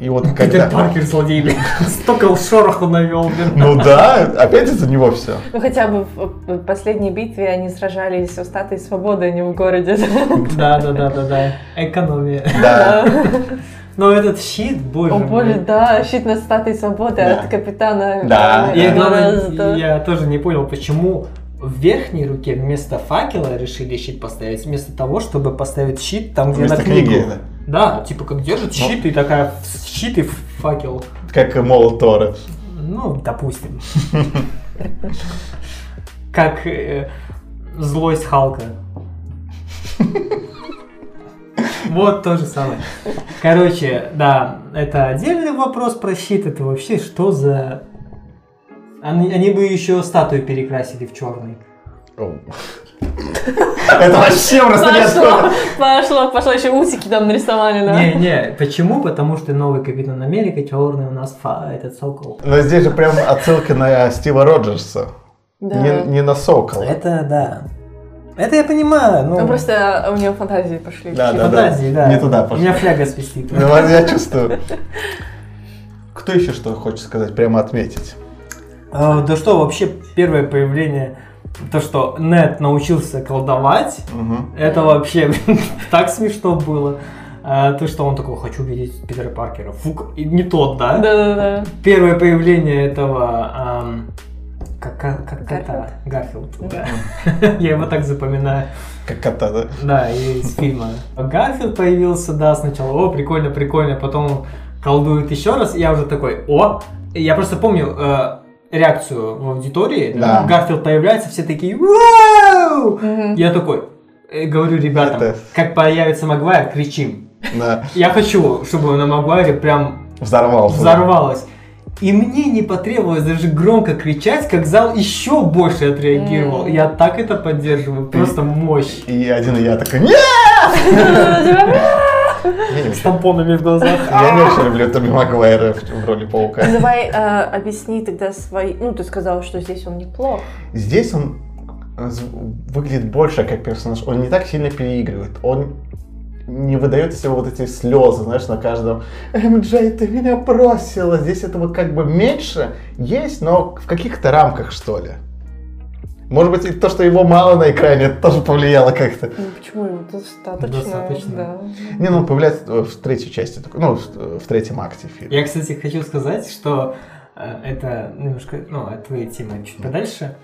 и вот
Питер
когда...
Паркер злодей, блин. Столько шороху навел, блин.
Ну да, опять из-за него все.
Ну, хотя бы в в последней битве они сражались у статуи свободы, а не в городе.
Да, да, да, да, да. Экономия.
Да.
Но этот щит, боже
О
мой.
боже, да, щит над статуей свободы
Да.
от капитана.
Да.
э,
Я,
Да.
главное,
Гораздо.
я тоже не понял, почему в верхней руке вместо факела решили щит поставить, вместо того, чтобы поставить щит там, где на
Вместо
книгу.
книги. да. Ну.
Да, типа как держит щит и такая в- щит и факел.
Как и Молот Тора.
Ну, допустим. Как э, злость Халка. Вот то же самое. Короче, да, это отдельный вопрос про щит. Это вообще что за... Они, они бы еще статую перекрасили в черный.
Это вообще просто не отходит.
Пошло, пошло, пошло, еще усики там нарисовали, да?
Не, не, почему? Потому что новый Капитан Америка черный у нас фа- этот Сокол.
Но здесь же прям отсылка на Стива Роджерса.
Да. Ну,
Не, не на Сокола.
Это да. Это я понимаю, ну.
Ну, просто у него фантазии пошли.
Да, да.
фантазии, да.
Не туда
У
пошли.
меня фляга свистит.
Ну, вот Я чувствую. Кто еще что хочет сказать, прямо отметить?
А, Да что, вообще первое появление, то, что Нет научился колдовать,
Мгм.
это вообще так смешно было. А, То, что он такой, хочу видеть Питера Паркера. Фук, и не тот, да?
Да-да-да.
Первое появление этого... ам, Как, как, как кота. Гарфилд. да. Я его так запоминаю.
Как кота, да?
Да, и из фильма. Гарфилд появился, да, сначала, о, прикольно, прикольно, потом колдует еще раз, и я уже такой, о, И я просто помню э, реакцию в аудитории,
Да.
Гарфилд появляется, все такие, вау!
Мгм.
Я такой, э, говорю ребятам,
Это-
как появится Магуайр, кричим.
Да.
Я хочу, чтобы на Магуайре прям
Взорвался.
взорвалось. И мне не потребовалось даже громко кричать, как зал еще больше отреагировал.
М.
Я так это поддерживаю, просто мощь.
И один и я такой, нет!
Ну, типа,
Я не
С
очень-
тампонами в глазах.
я не очень люблю Тоби Магуайра в в роли паука.
Ну, Давай э, объясни тогда свои... Ну, ты сказал, что здесь он неплох.
Здесь он з- выглядит больше как персонаж. Он не так сильно переигрывает. Он не выдает из себя вот эти слезы, знаешь, на каждом «Эмджей, ты меня бросила!» Здесь этого как бы меньше есть, но в каких-то рамках, что ли. Может быть, и то, что его мало на экране, это тоже повлияло как-то.
Ну, почему его достаточно?
Достаточно.
Да.
Не, ну, появляется э, в третьей части, такой, ну, в в третьем акте фильма.
Я, кстати, хочу сказать, что э, это немножко, ну, от твоей темы чуть подальше.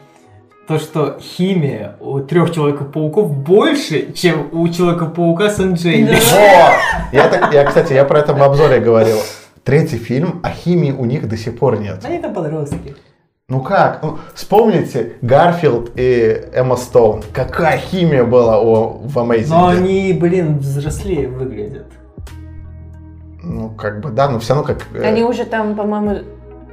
То, что химия у трех Человека-пауков больше, чем у Человека-паука с Энджей.
Во! Я, так, я, кстати, я про это в обзоре говорил. Третий фильм, а химии у них до сих пор нет.
Они там подростки.
Ну как? Ну, вспомните Гарфилд и Эмма Стоун. Какая химия была у, в Amazing.
Но
Dead.
они, блин, взрослее выглядят.
Ну как бы да, но все равно как... э,
Они уже там, по-моему,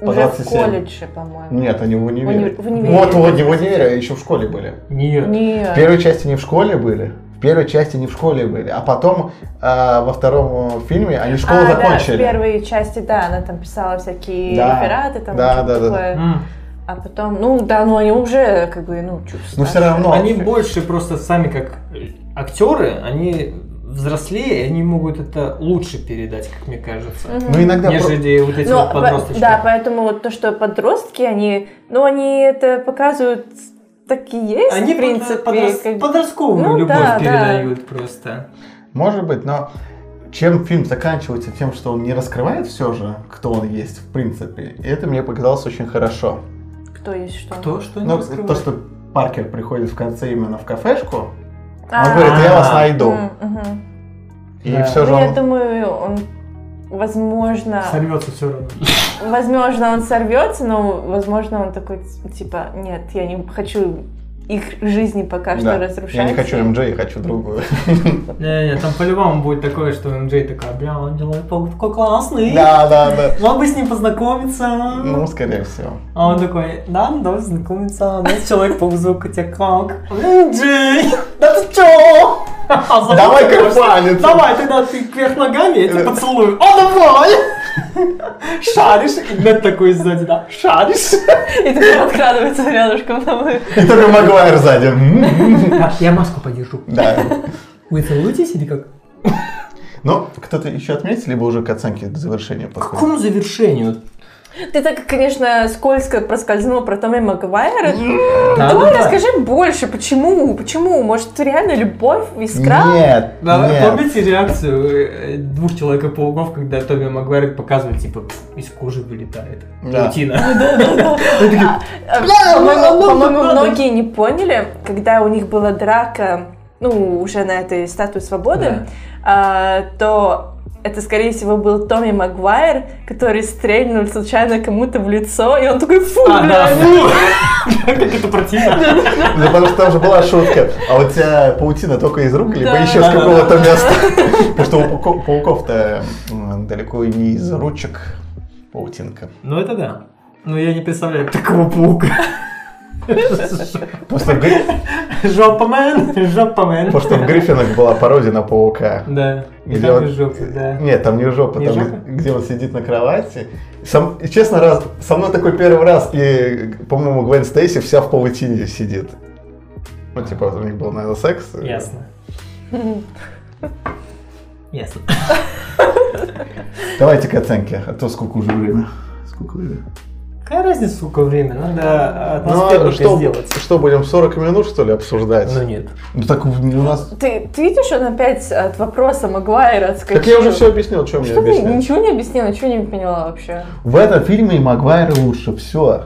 По
уже
27.
в колледже, по-моему.
Нет, они в универе.
Уни- в универе.
Вот, вот, не в универе, а еще в школе были.
Нет.
В
Нет.
первой части они в школе были. В первой части они в школе были. А потом э, во втором фильме они школу
а,
закончили.
Да, в первой части, да, она там писала всякие
Да.
рефераты, там
Да,
что-то
да, да.
такое.
М.
А потом, ну да, но они уже как бы, ну, чуть
Но все равно.
Они больше просто сами как актеры, они взрослее, и они могут это лучше передать, как мне кажется.
Ну иногда... про-
Нежели вот эти
Ну,
вот
по-
подросточки.
да, поэтому вот то, что подростки, они, ну, они это показывают, так и есть,
Они
в принципе.
подрос-
как-
подростковую
Ну,
любовь
да, да.
передают просто.
Может быть, но чем фильм заканчивается тем, что он не раскрывает все же, кто он есть в принципе, и это мне показалось очень хорошо.
Кто есть что?
Кто что не
Ну,
раскрывает?
то, что Паркер приходит в конце именно в кафешку, он
А,
говорит, я вас
А.
найду.
м, мгм.
И
Да.
все же
Ну, я
он...
думаю, он, возможно,
Сорвется все равно.
возможно, он сорвется, но, возможно, он такой, типа, нет, я не хочу их жизни
Да.
пока а что разрушать.
Я не хочу МД, я хочу другую.
Не-не, там по-любому будет такое, что МД такая, бля, он делает паук такой классный.
Да, да, да.
Мог бы с ним познакомиться.
Ну, скорее всего.
А он такой, да, ну, давай знакомиться, да, человек по звуку тебе как? Джей, да ты чё? А за-
Давай карпанец.
Давай, тогда ты кверх ногами, я тебя поцелую. О, давай! Шаришь, и Нед такой сзади, да, шаришь.
И такой подкрадывается рядышком. там, и-
И только Магуайр сзади. М-м-м.
Я маску подержу.
Да.
Вы целуетесь или как?
Ну, кто-то еще отметил, либо уже к оценке к завершению
К
подходит?
какому завершению?
Ты так, конечно, скользко проскользнул про Томми Магуайра.
Да,
Давай
да, да.
расскажи больше, почему, почему, может, реально любовь, искра?
Нет,
Да,
нет.
помните реакцию э, двух человека-пауков, когда Тоби Магуайр показывает, типа, «Пф, из кожи вылетает
Да.
паутина.
Э,
ну,
По-моему,
ну,
по-моему,
ну, ну.
многие не поняли, когда у них была драка, ну, уже на этой статуе свободы, а, то это, скорее всего, был Томми Магуайр, который стрельнул случайно кому-то в лицо, и он такой, фу,
А, да,
бля, ну».
фу! Как это противно.
Ну, потому что там же была шутка. А у тебя паутина только из рук, либо
Да,
еще с
да, да,
какого-то
да.
места? Потому что у пауко- пауков-то м, далеко не из ручек паутинка.
Ну это да. Но я не представляю такого паука.
Просто в, Гри-
Жопамен, жопамен.
потому что в Гриффинах была пародия на паука.
Да, и
Где
там
он-
и жопа, да.
Нет, там не жопа,
Не
там
жопа?
где он сидит на кровати. Сам- и честно, раз, со мной такой первый раз, и, по-моему, Гвен Стейси вся в паутине сидит. Ну, типа, у них был, наверное, секс.
Ясно. Ясно.
Давайте к оценке, а то сколько уже время. Сколько время?
Какая разница, сколько времени? Надо
Ну,
атмосферника
а что,
сделать.
что будем 40 минут, что ли, обсуждать?
Ну нет.
Ну, так у нас...
Ты, ты видишь, он опять от вопроса Магуайра отскочил.
Так я уже все объяснил, что мне
Что ты
объяснять.
ничего не объяснила, ничего не поняла вообще?
В этом фильме Магуайр лучше все,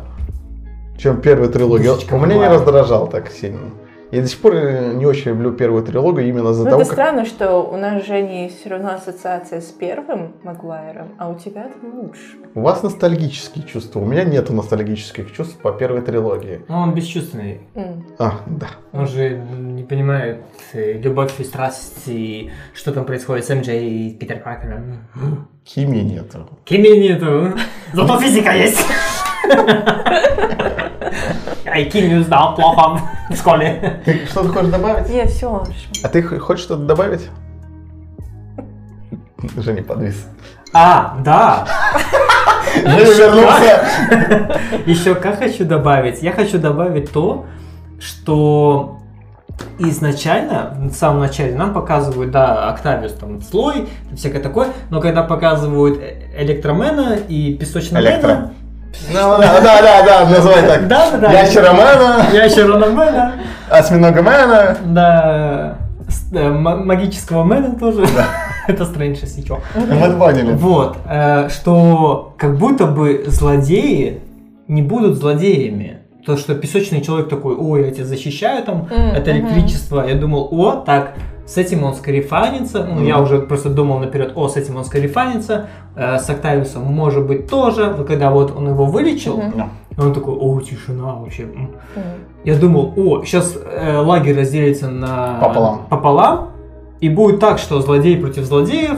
чем первая трилогия.
Душечка
Он меня не
Магуайр.
раздражал так сильно. Я до сих пор э, не очень люблю первую трилогию именно за
Ну,
того,
это
как...
странно, что у нас с Женей все равно ассоциация с первым Магуайром, а у тебя там лучше.
У вас ностальгические чувства. У меня нету ностальгических чувств по первой трилогии.
Ну он бесчувственный.
М.
А, да.
Он же не понимает э, любовь и страсть, и что там происходит с МД и Питер Паркером.
Химии нету.
Химии нету, э? зато физика есть. IQ не сдал плохо в школе.
Ты что-то хочешь добавить?
Не, все.
А ты хо- хочешь что-то добавить? Женя подвис.
А, да,
Женя вернулся!
еще как хочу добавить. Я хочу добавить то, что изначально, в самом начале, нам показывают, да, Октавиус там слой, всякое такое, но когда показывают э- Электромена и Песочного
Электро.
Мена-
да, да, да, Ну, да, называй так.
Да-да-да.
Ящера Мэна,
Я еще Рономена,
Осьминога Мэна.
да, с- э, м- магического Мэна тоже. Это Стрэндж, если чё.
Мы поняли.
Вот, э, что как будто бы злодеи не будут злодеями. То, что песочный человек такой, ой, я тебя защищаю там
М,
от
мгм.
электричества. Я думал, о, так, с этим он скарифанится. Ну, я
Мгм.
уже просто думал наперед, о, с этим он скарифанится. Э, с Октавиусом может быть тоже. Вот Когда вот он его вылечил,
Мгм.
и он такой, о, тишина вообще. м».
М.
Я думал, о, сейчас лагерь разделится на
Пополам.
пополам, и будет так, что злодей против злодеев,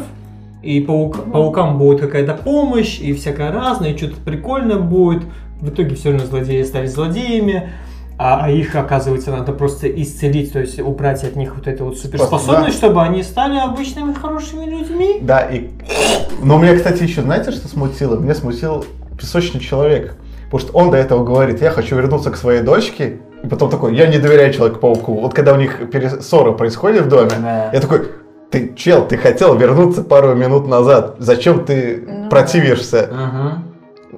и паук-
Мгм.
паукам будет какая-то помощь, и всякое разное, и что-то прикольное будет. В итоге все равно злодеи стали злодеями, а, а их, оказывается, надо просто исцелить, то есть убрать от них вот эту вот суперспособность, чтобы они стали обычными хорошими людьми.
Да, и... Но меня, кстати, еще знаете, что смутило? Меня смутил песочный человек. Потому что он до этого говорит, я хочу вернуться к своей дочке. И потом такой, я не доверяю Человеку-пауку. Вот когда у них перес- ссора происходит в доме, я такой, ты, чел, ты хотел вернуться пару минут назад. Зачем ты
Ну
противишься?
Ага.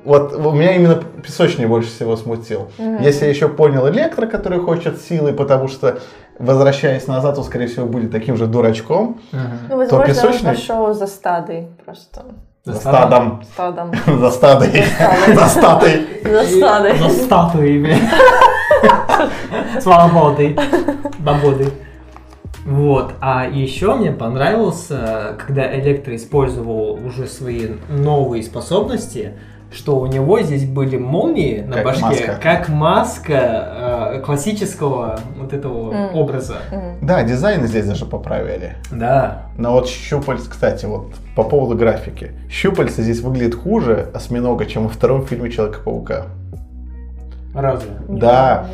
Вот у меня именно песочный больше всего смутил.
Мгм.
Если я еще понял электро, который хочет силы, потому что, возвращаясь назад, он, скорее всего, будет таким же дурачком.
Ну, возможно, он
песочный?
пошел за стадой просто.
За стадом.
Стадом.
За стадой. За стадой.
За стадой.
За статуей, блин. Свободой. Свободой. Вот, а еще мне понравился, когда Электро использовал уже свои новые способности, что у него здесь были молнии на
Как
башке,
маска.
как маска э, классического вот этого
М.
образа.
М.
Да, дизайн здесь даже поправили.
Да.
Но вот щупальц, кстати, вот по поводу графики. Щупальца здесь выглядит хуже осьминога, чем во втором фильме Человека-паука.
Разве?
Не
Да,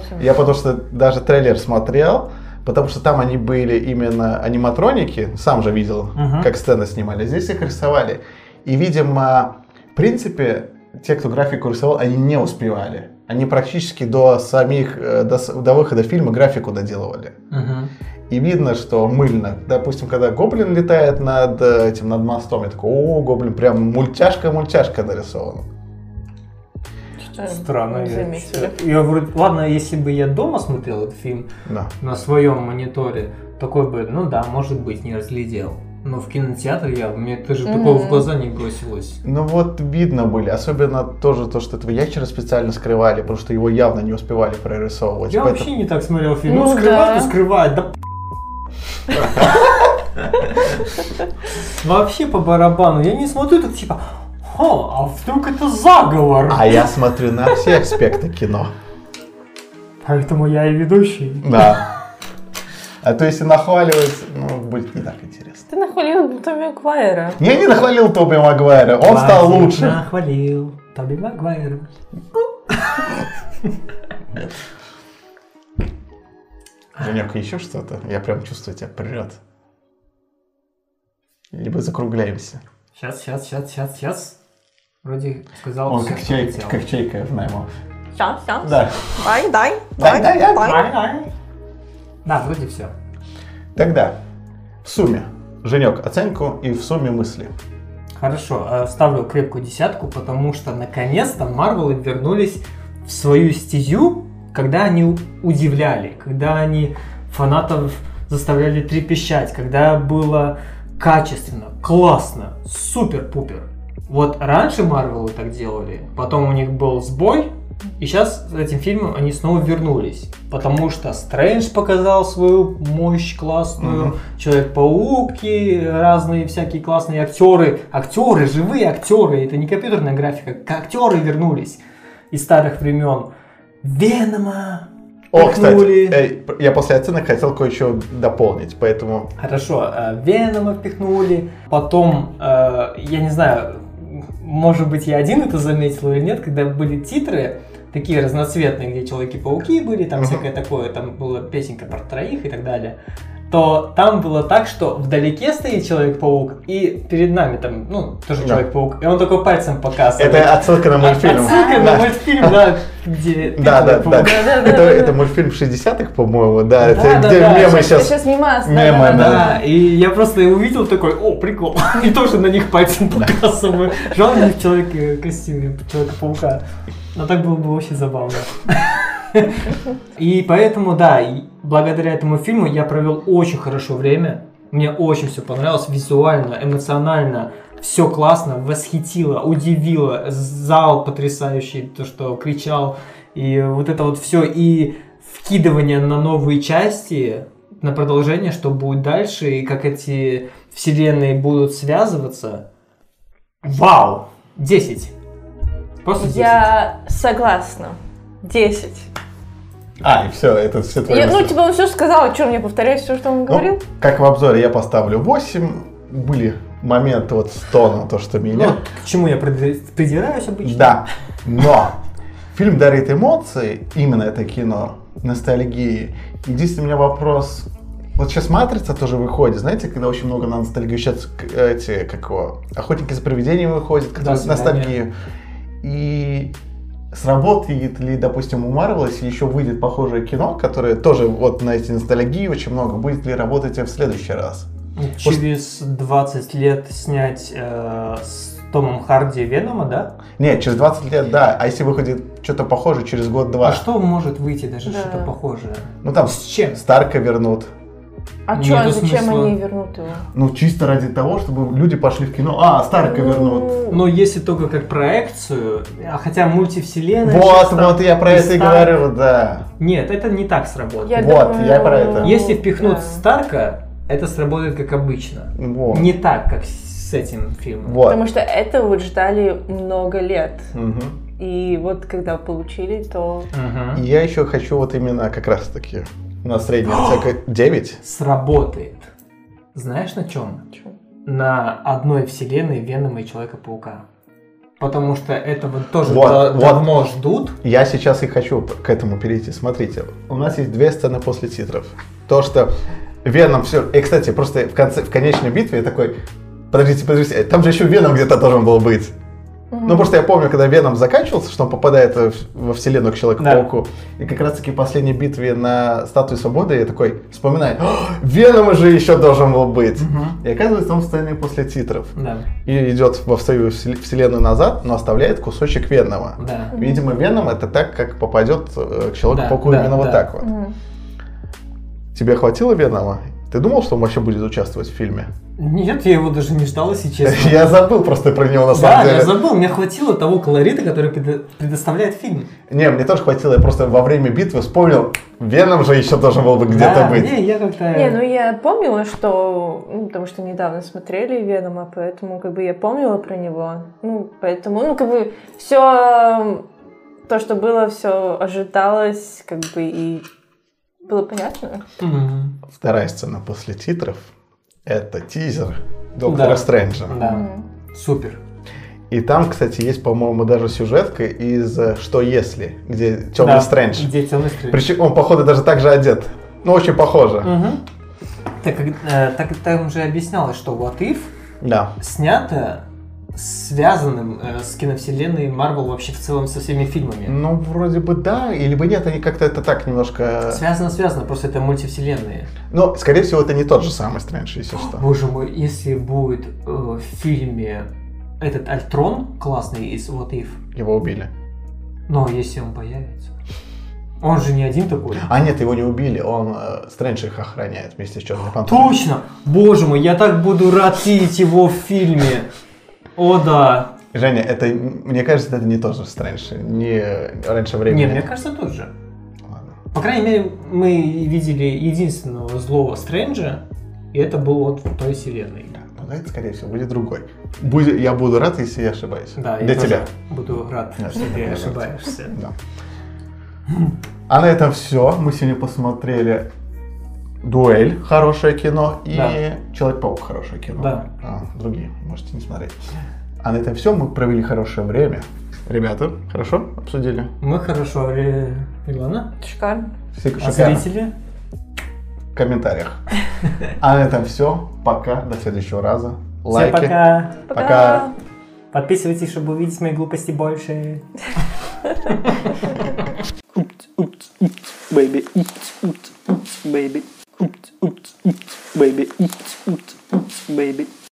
знаю, не
я
знаю.
потому что даже трейлер смотрел, потому что там они были именно аниматроники, сам же видел,
Мгм.
как сцены снимали, здесь их рисовали. И, видимо, в принципе, те, кто графику рисовал, они не успевали. Они практически до самих, э, до, с- до выхода фильма графику доделывали.
Мгм.
И видно, что мыльно. Допустим, когда гоблин летает над э, этим, над мостом, я такой, о, гоблин, прям мультяшка-мультяшка нарисована.
Что-то
Странно.
не
я
Заметили.
чё- я вроде- ладно, если бы я дома смотрел этот фильм,
Да.
на своем мониторе, такой бы, ну да, может быть, не разглядел. Но в кинотеатре я, мне это же
Мгм.
такого в глаза не бросилось.
Ну вот видно были, особенно тоже то, что этого ящера специально скрывали, потому что его явно не успевали прорисовывать.
Я
Поэтому-
вообще не так смотрел фильм.
Ну
Ну, скрывать,
да.
ну скрывать, да Вообще по барабану. Я не смотрю так типа, о, а вдруг это заговор?
А я смотрю на все аспекты кино.
Поэтому я и ведущий.
Да. А то если нахваливать, ну, будет не так интересно.
Ты нахвалил Томми Квайера.
Я не нахвалил Тоби Магуайра, он стал
Вадик
лучше.
Нахвалил Тоби Магуайра.
Женек, еще что-то? Я прям чувствую, тебя прет. Либо закругляемся.
Сейчас, сейчас, сейчас, сейчас, сейчас. Вроде сказал,
Он
всё,
как чайка,
полетел.
как чайка в найму.
Сейчас, сейчас.
Да.
Дай, дай.
Дай, дай, дай.
Да, вроде все.
Тогда в сумме. Женек, оценку и в сумме мысли.
Хорошо, э, ставлю крепкую десятку, потому что наконец-то Марвелы вернулись в свою стезю, когда они у- удивляли, когда они фанатов заставляли трепещать, когда было качественно, классно, супер-пупер. Вот раньше Марвелы так делали, потом у них был сбой, и сейчас с этим фильмом они снова вернулись, потому что Стрэндж показал свою мощь классную,
Мгм.
Человек-пауки, разные всякие классные актеры, актеры, живые актеры, это не компьютерная графика, к- актеры вернулись из старых времен. Венома.
О, кстати,
Пихнули.
э, я после оценок хотел кое-что дополнить, поэтому...
Хорошо, э, Венома впихнули. Потом, э, я не знаю, может быть, я один это заметил или нет, когда были титры такие разноцветные, где Человеки-пауки были, там
Мгм.
всякое такое, там была песенка про троих и так далее. то там было так, что вдалеке стоит Человек-паук, и перед нами там, ну, тоже
Да.
Человек-паук, и он такой пальцем показывает.
Это отсылка на мультфильм.
Отсылка на
Да.
мультфильм, да, где ты
Да, да, да.
Человек-паук.
Это, это мультфильм 60-х, по-моему, да. это
Да, да,
где
да.
мемы сейчас.
Сейчас мимас.
Мемы,
да-да-да.
Да, и я просто и увидел такой, о, прикол, и тоже на них пальцем показываю. Жалко не в человеке костюме, Человека-паука. Но так было бы вообще забавно. И поэтому, да, и благодаря этому фильму я провел очень хорошо время. Мне очень все понравилось визуально, эмоционально. Все классно, восхитило, удивило. Зал потрясающий, то, что кричал. И вот это вот все. И вкидывание на новые части, на продолжение, что будет дальше, и как эти вселенные будут связываться. Вау! 10. Просто 10.
Я согласна. Десять.
А, и все, это все твои
Я- Ну,
мысли.
типа, он все сказал, что мне повторять все, что он
Ну,
говорил.
как в обзоре я поставлю 8. Были моменты вот стона, то, что
Ну,
меня...
вот к чему я приди- придираюсь обычно?
Да, но фильм дарит эмоции, именно это кино, ностальгии. Единственный у меня вопрос, вот сейчас «Матрица» тоже выходит, знаете, когда очень много на ностальгию, сейчас к- эти, как его, «Охотники за привидениями» выходят, которые
свидания.
ностальгию. И сработает ли, допустим, у Marvel, если еще выйдет похожее кино, которое тоже вот на эти ностальгии очень много, будет ли работать в следующий раз?
Через 20 лет снять э, с Томом Харди Венома, да?
Нет, через 20 лет, да, а если выходит что-то похожее через год-два?
А что может выйти даже
Да.
что-то похожее?
Ну там
С чем?
Старка вернут.
А
нет
чё, а зачем
смысла.
они вернут его?
Ну, чисто ради того, чтобы люди пошли в кино. А, Старка вернут.
Ну,
Но если только как проекцию, а хотя мультивселенная...
Вот,
сейчас там-
вот я про это и
Старк.
говорю, да.
Нет, это не так сработает.
я
Ну,
ну,
вот, я про это.
Если впихнут
да.
Старка, это сработает как обычно.
Вот.
Не так, как с этим фильмом.
Вот.
Потому что это вот ждали много лет.
Мгм.
И вот когда получили, то...
И
Мгм.
я еще хочу вот именно как раз таки. У нас средняя оценка 9.
Сработает. Знаешь на чем?
чё?
на одной вселенной Венома и Человека-паука. Потому что этого тоже
Вот,
да-
вот.
давно ждут.
Я сейчас и хочу к этому перейти. Смотрите, у нас есть две сцены после титров. То, что Веном все... И, кстати, просто в, конце, в конечной битве я такой... Подождите, подождите, там же еще Веном где-то должен был быть. Ну,
Мгм.
просто я помню, когда Веном заканчивался, что он попадает в- во вселенную к Человеку-пауку, и как раз-таки в последней битве на Статуе Свободы я такой вспоминаю, «О, Веном же еще должен был быть. И оказывается, он в сцене после титров.
Да,
И идет во свою всел- вселенную назад, но оставляет кусочек Венома.
да.
Видимо, Веном это так, как попадет э, к Человеку-пауку
Да, да,
именно вот
да.
так вот.
Мгм.
Тебе хватило Венома? Ты думал, что он вообще будет участвовать в фильме?
Нет, я его даже не ждал, если честно.
Я забыл просто про него на
Да,
самом деле.
я забыл, мне хватило того колорита, который предо- предоставляет фильм.
Не, мне тоже хватило, я просто во время битвы вспомнил, Веном же еще должен был бы где-то
Да,
быть.
Не, я как-то...
Не, ну я помнила, что... Ну, потому что недавно смотрели Венома, поэтому как бы я помнила про него. Ну, поэтому, ну, как бы все... То, что было, все ожидалось, как бы и... Было понятно?
Мгм.
Вторая сцена после титров – это тизер Доктора
Да.
Стрэнджа.
Да,
Мгм.
супер.
И там, кстати, есть, по-моему, даже сюжетка из э, «Что если?», где Темный
Да,
Стрэндж.
Где темный Стрэндж.
Причем он, походу, даже так же одет. Ну, очень похоже.
Мгм. Так, как, э, так там же объяснялось, что What If
Да.
снято связанным э, с киновселенной Марвел вообще в целом со всеми фильмами.
Ну, вроде бы да, или бы нет, они как-то это так немножко...
Связано, связано, просто это мультивселенные.
Но, скорее всего, это не тот же самый Стрэндж, если что.
Боже мой, если будет э, в фильме этот Альтрон классный из What If,
Его убили.
но если он появится, он же не один такой.
А нет, его не убили, он... э, Стрэндж их охраняет вместе с Черной Пантерой.
Точно! Боже мой, я так буду рад видеть его в фильме. О да.
Женя, это, мне кажется, это не тоже Стрэндж, не раньше времени.
Не, мне кажется, тот же.
Ладно.
По крайней мере, мы видели единственного злого Стрэнджа, и это был вот в той вселенной.
Да, но это, скорее всего, будет другой. Будет, я буду рад, если я ошибаюсь.
Да, я
Для
тоже
тебя.
Буду рад,
Да,
что ты
да, да.
ошибаешься.
Да. А на этом все. Мы сегодня посмотрели «Дуэль» — хорошее кино и
Да.
«Человек-паук» — хорошее кино.
Да.
А, другие можете не смотреть. А на этом все. Мы провели хорошее время. Ребята, хорошо обсудили?
Мы хорошо, Ри- Рилана?
Шикарно.
Все
э, А
шикарно.
зрители?
комментариях. А на этом все. Пока. До следующего раза.
Всем
Лайки.
пока.
Пока.
Подписывайтесь, чтобы увидеть мои глупости больше.
Oeps, oeps, oeps, baby, oeps, oeps.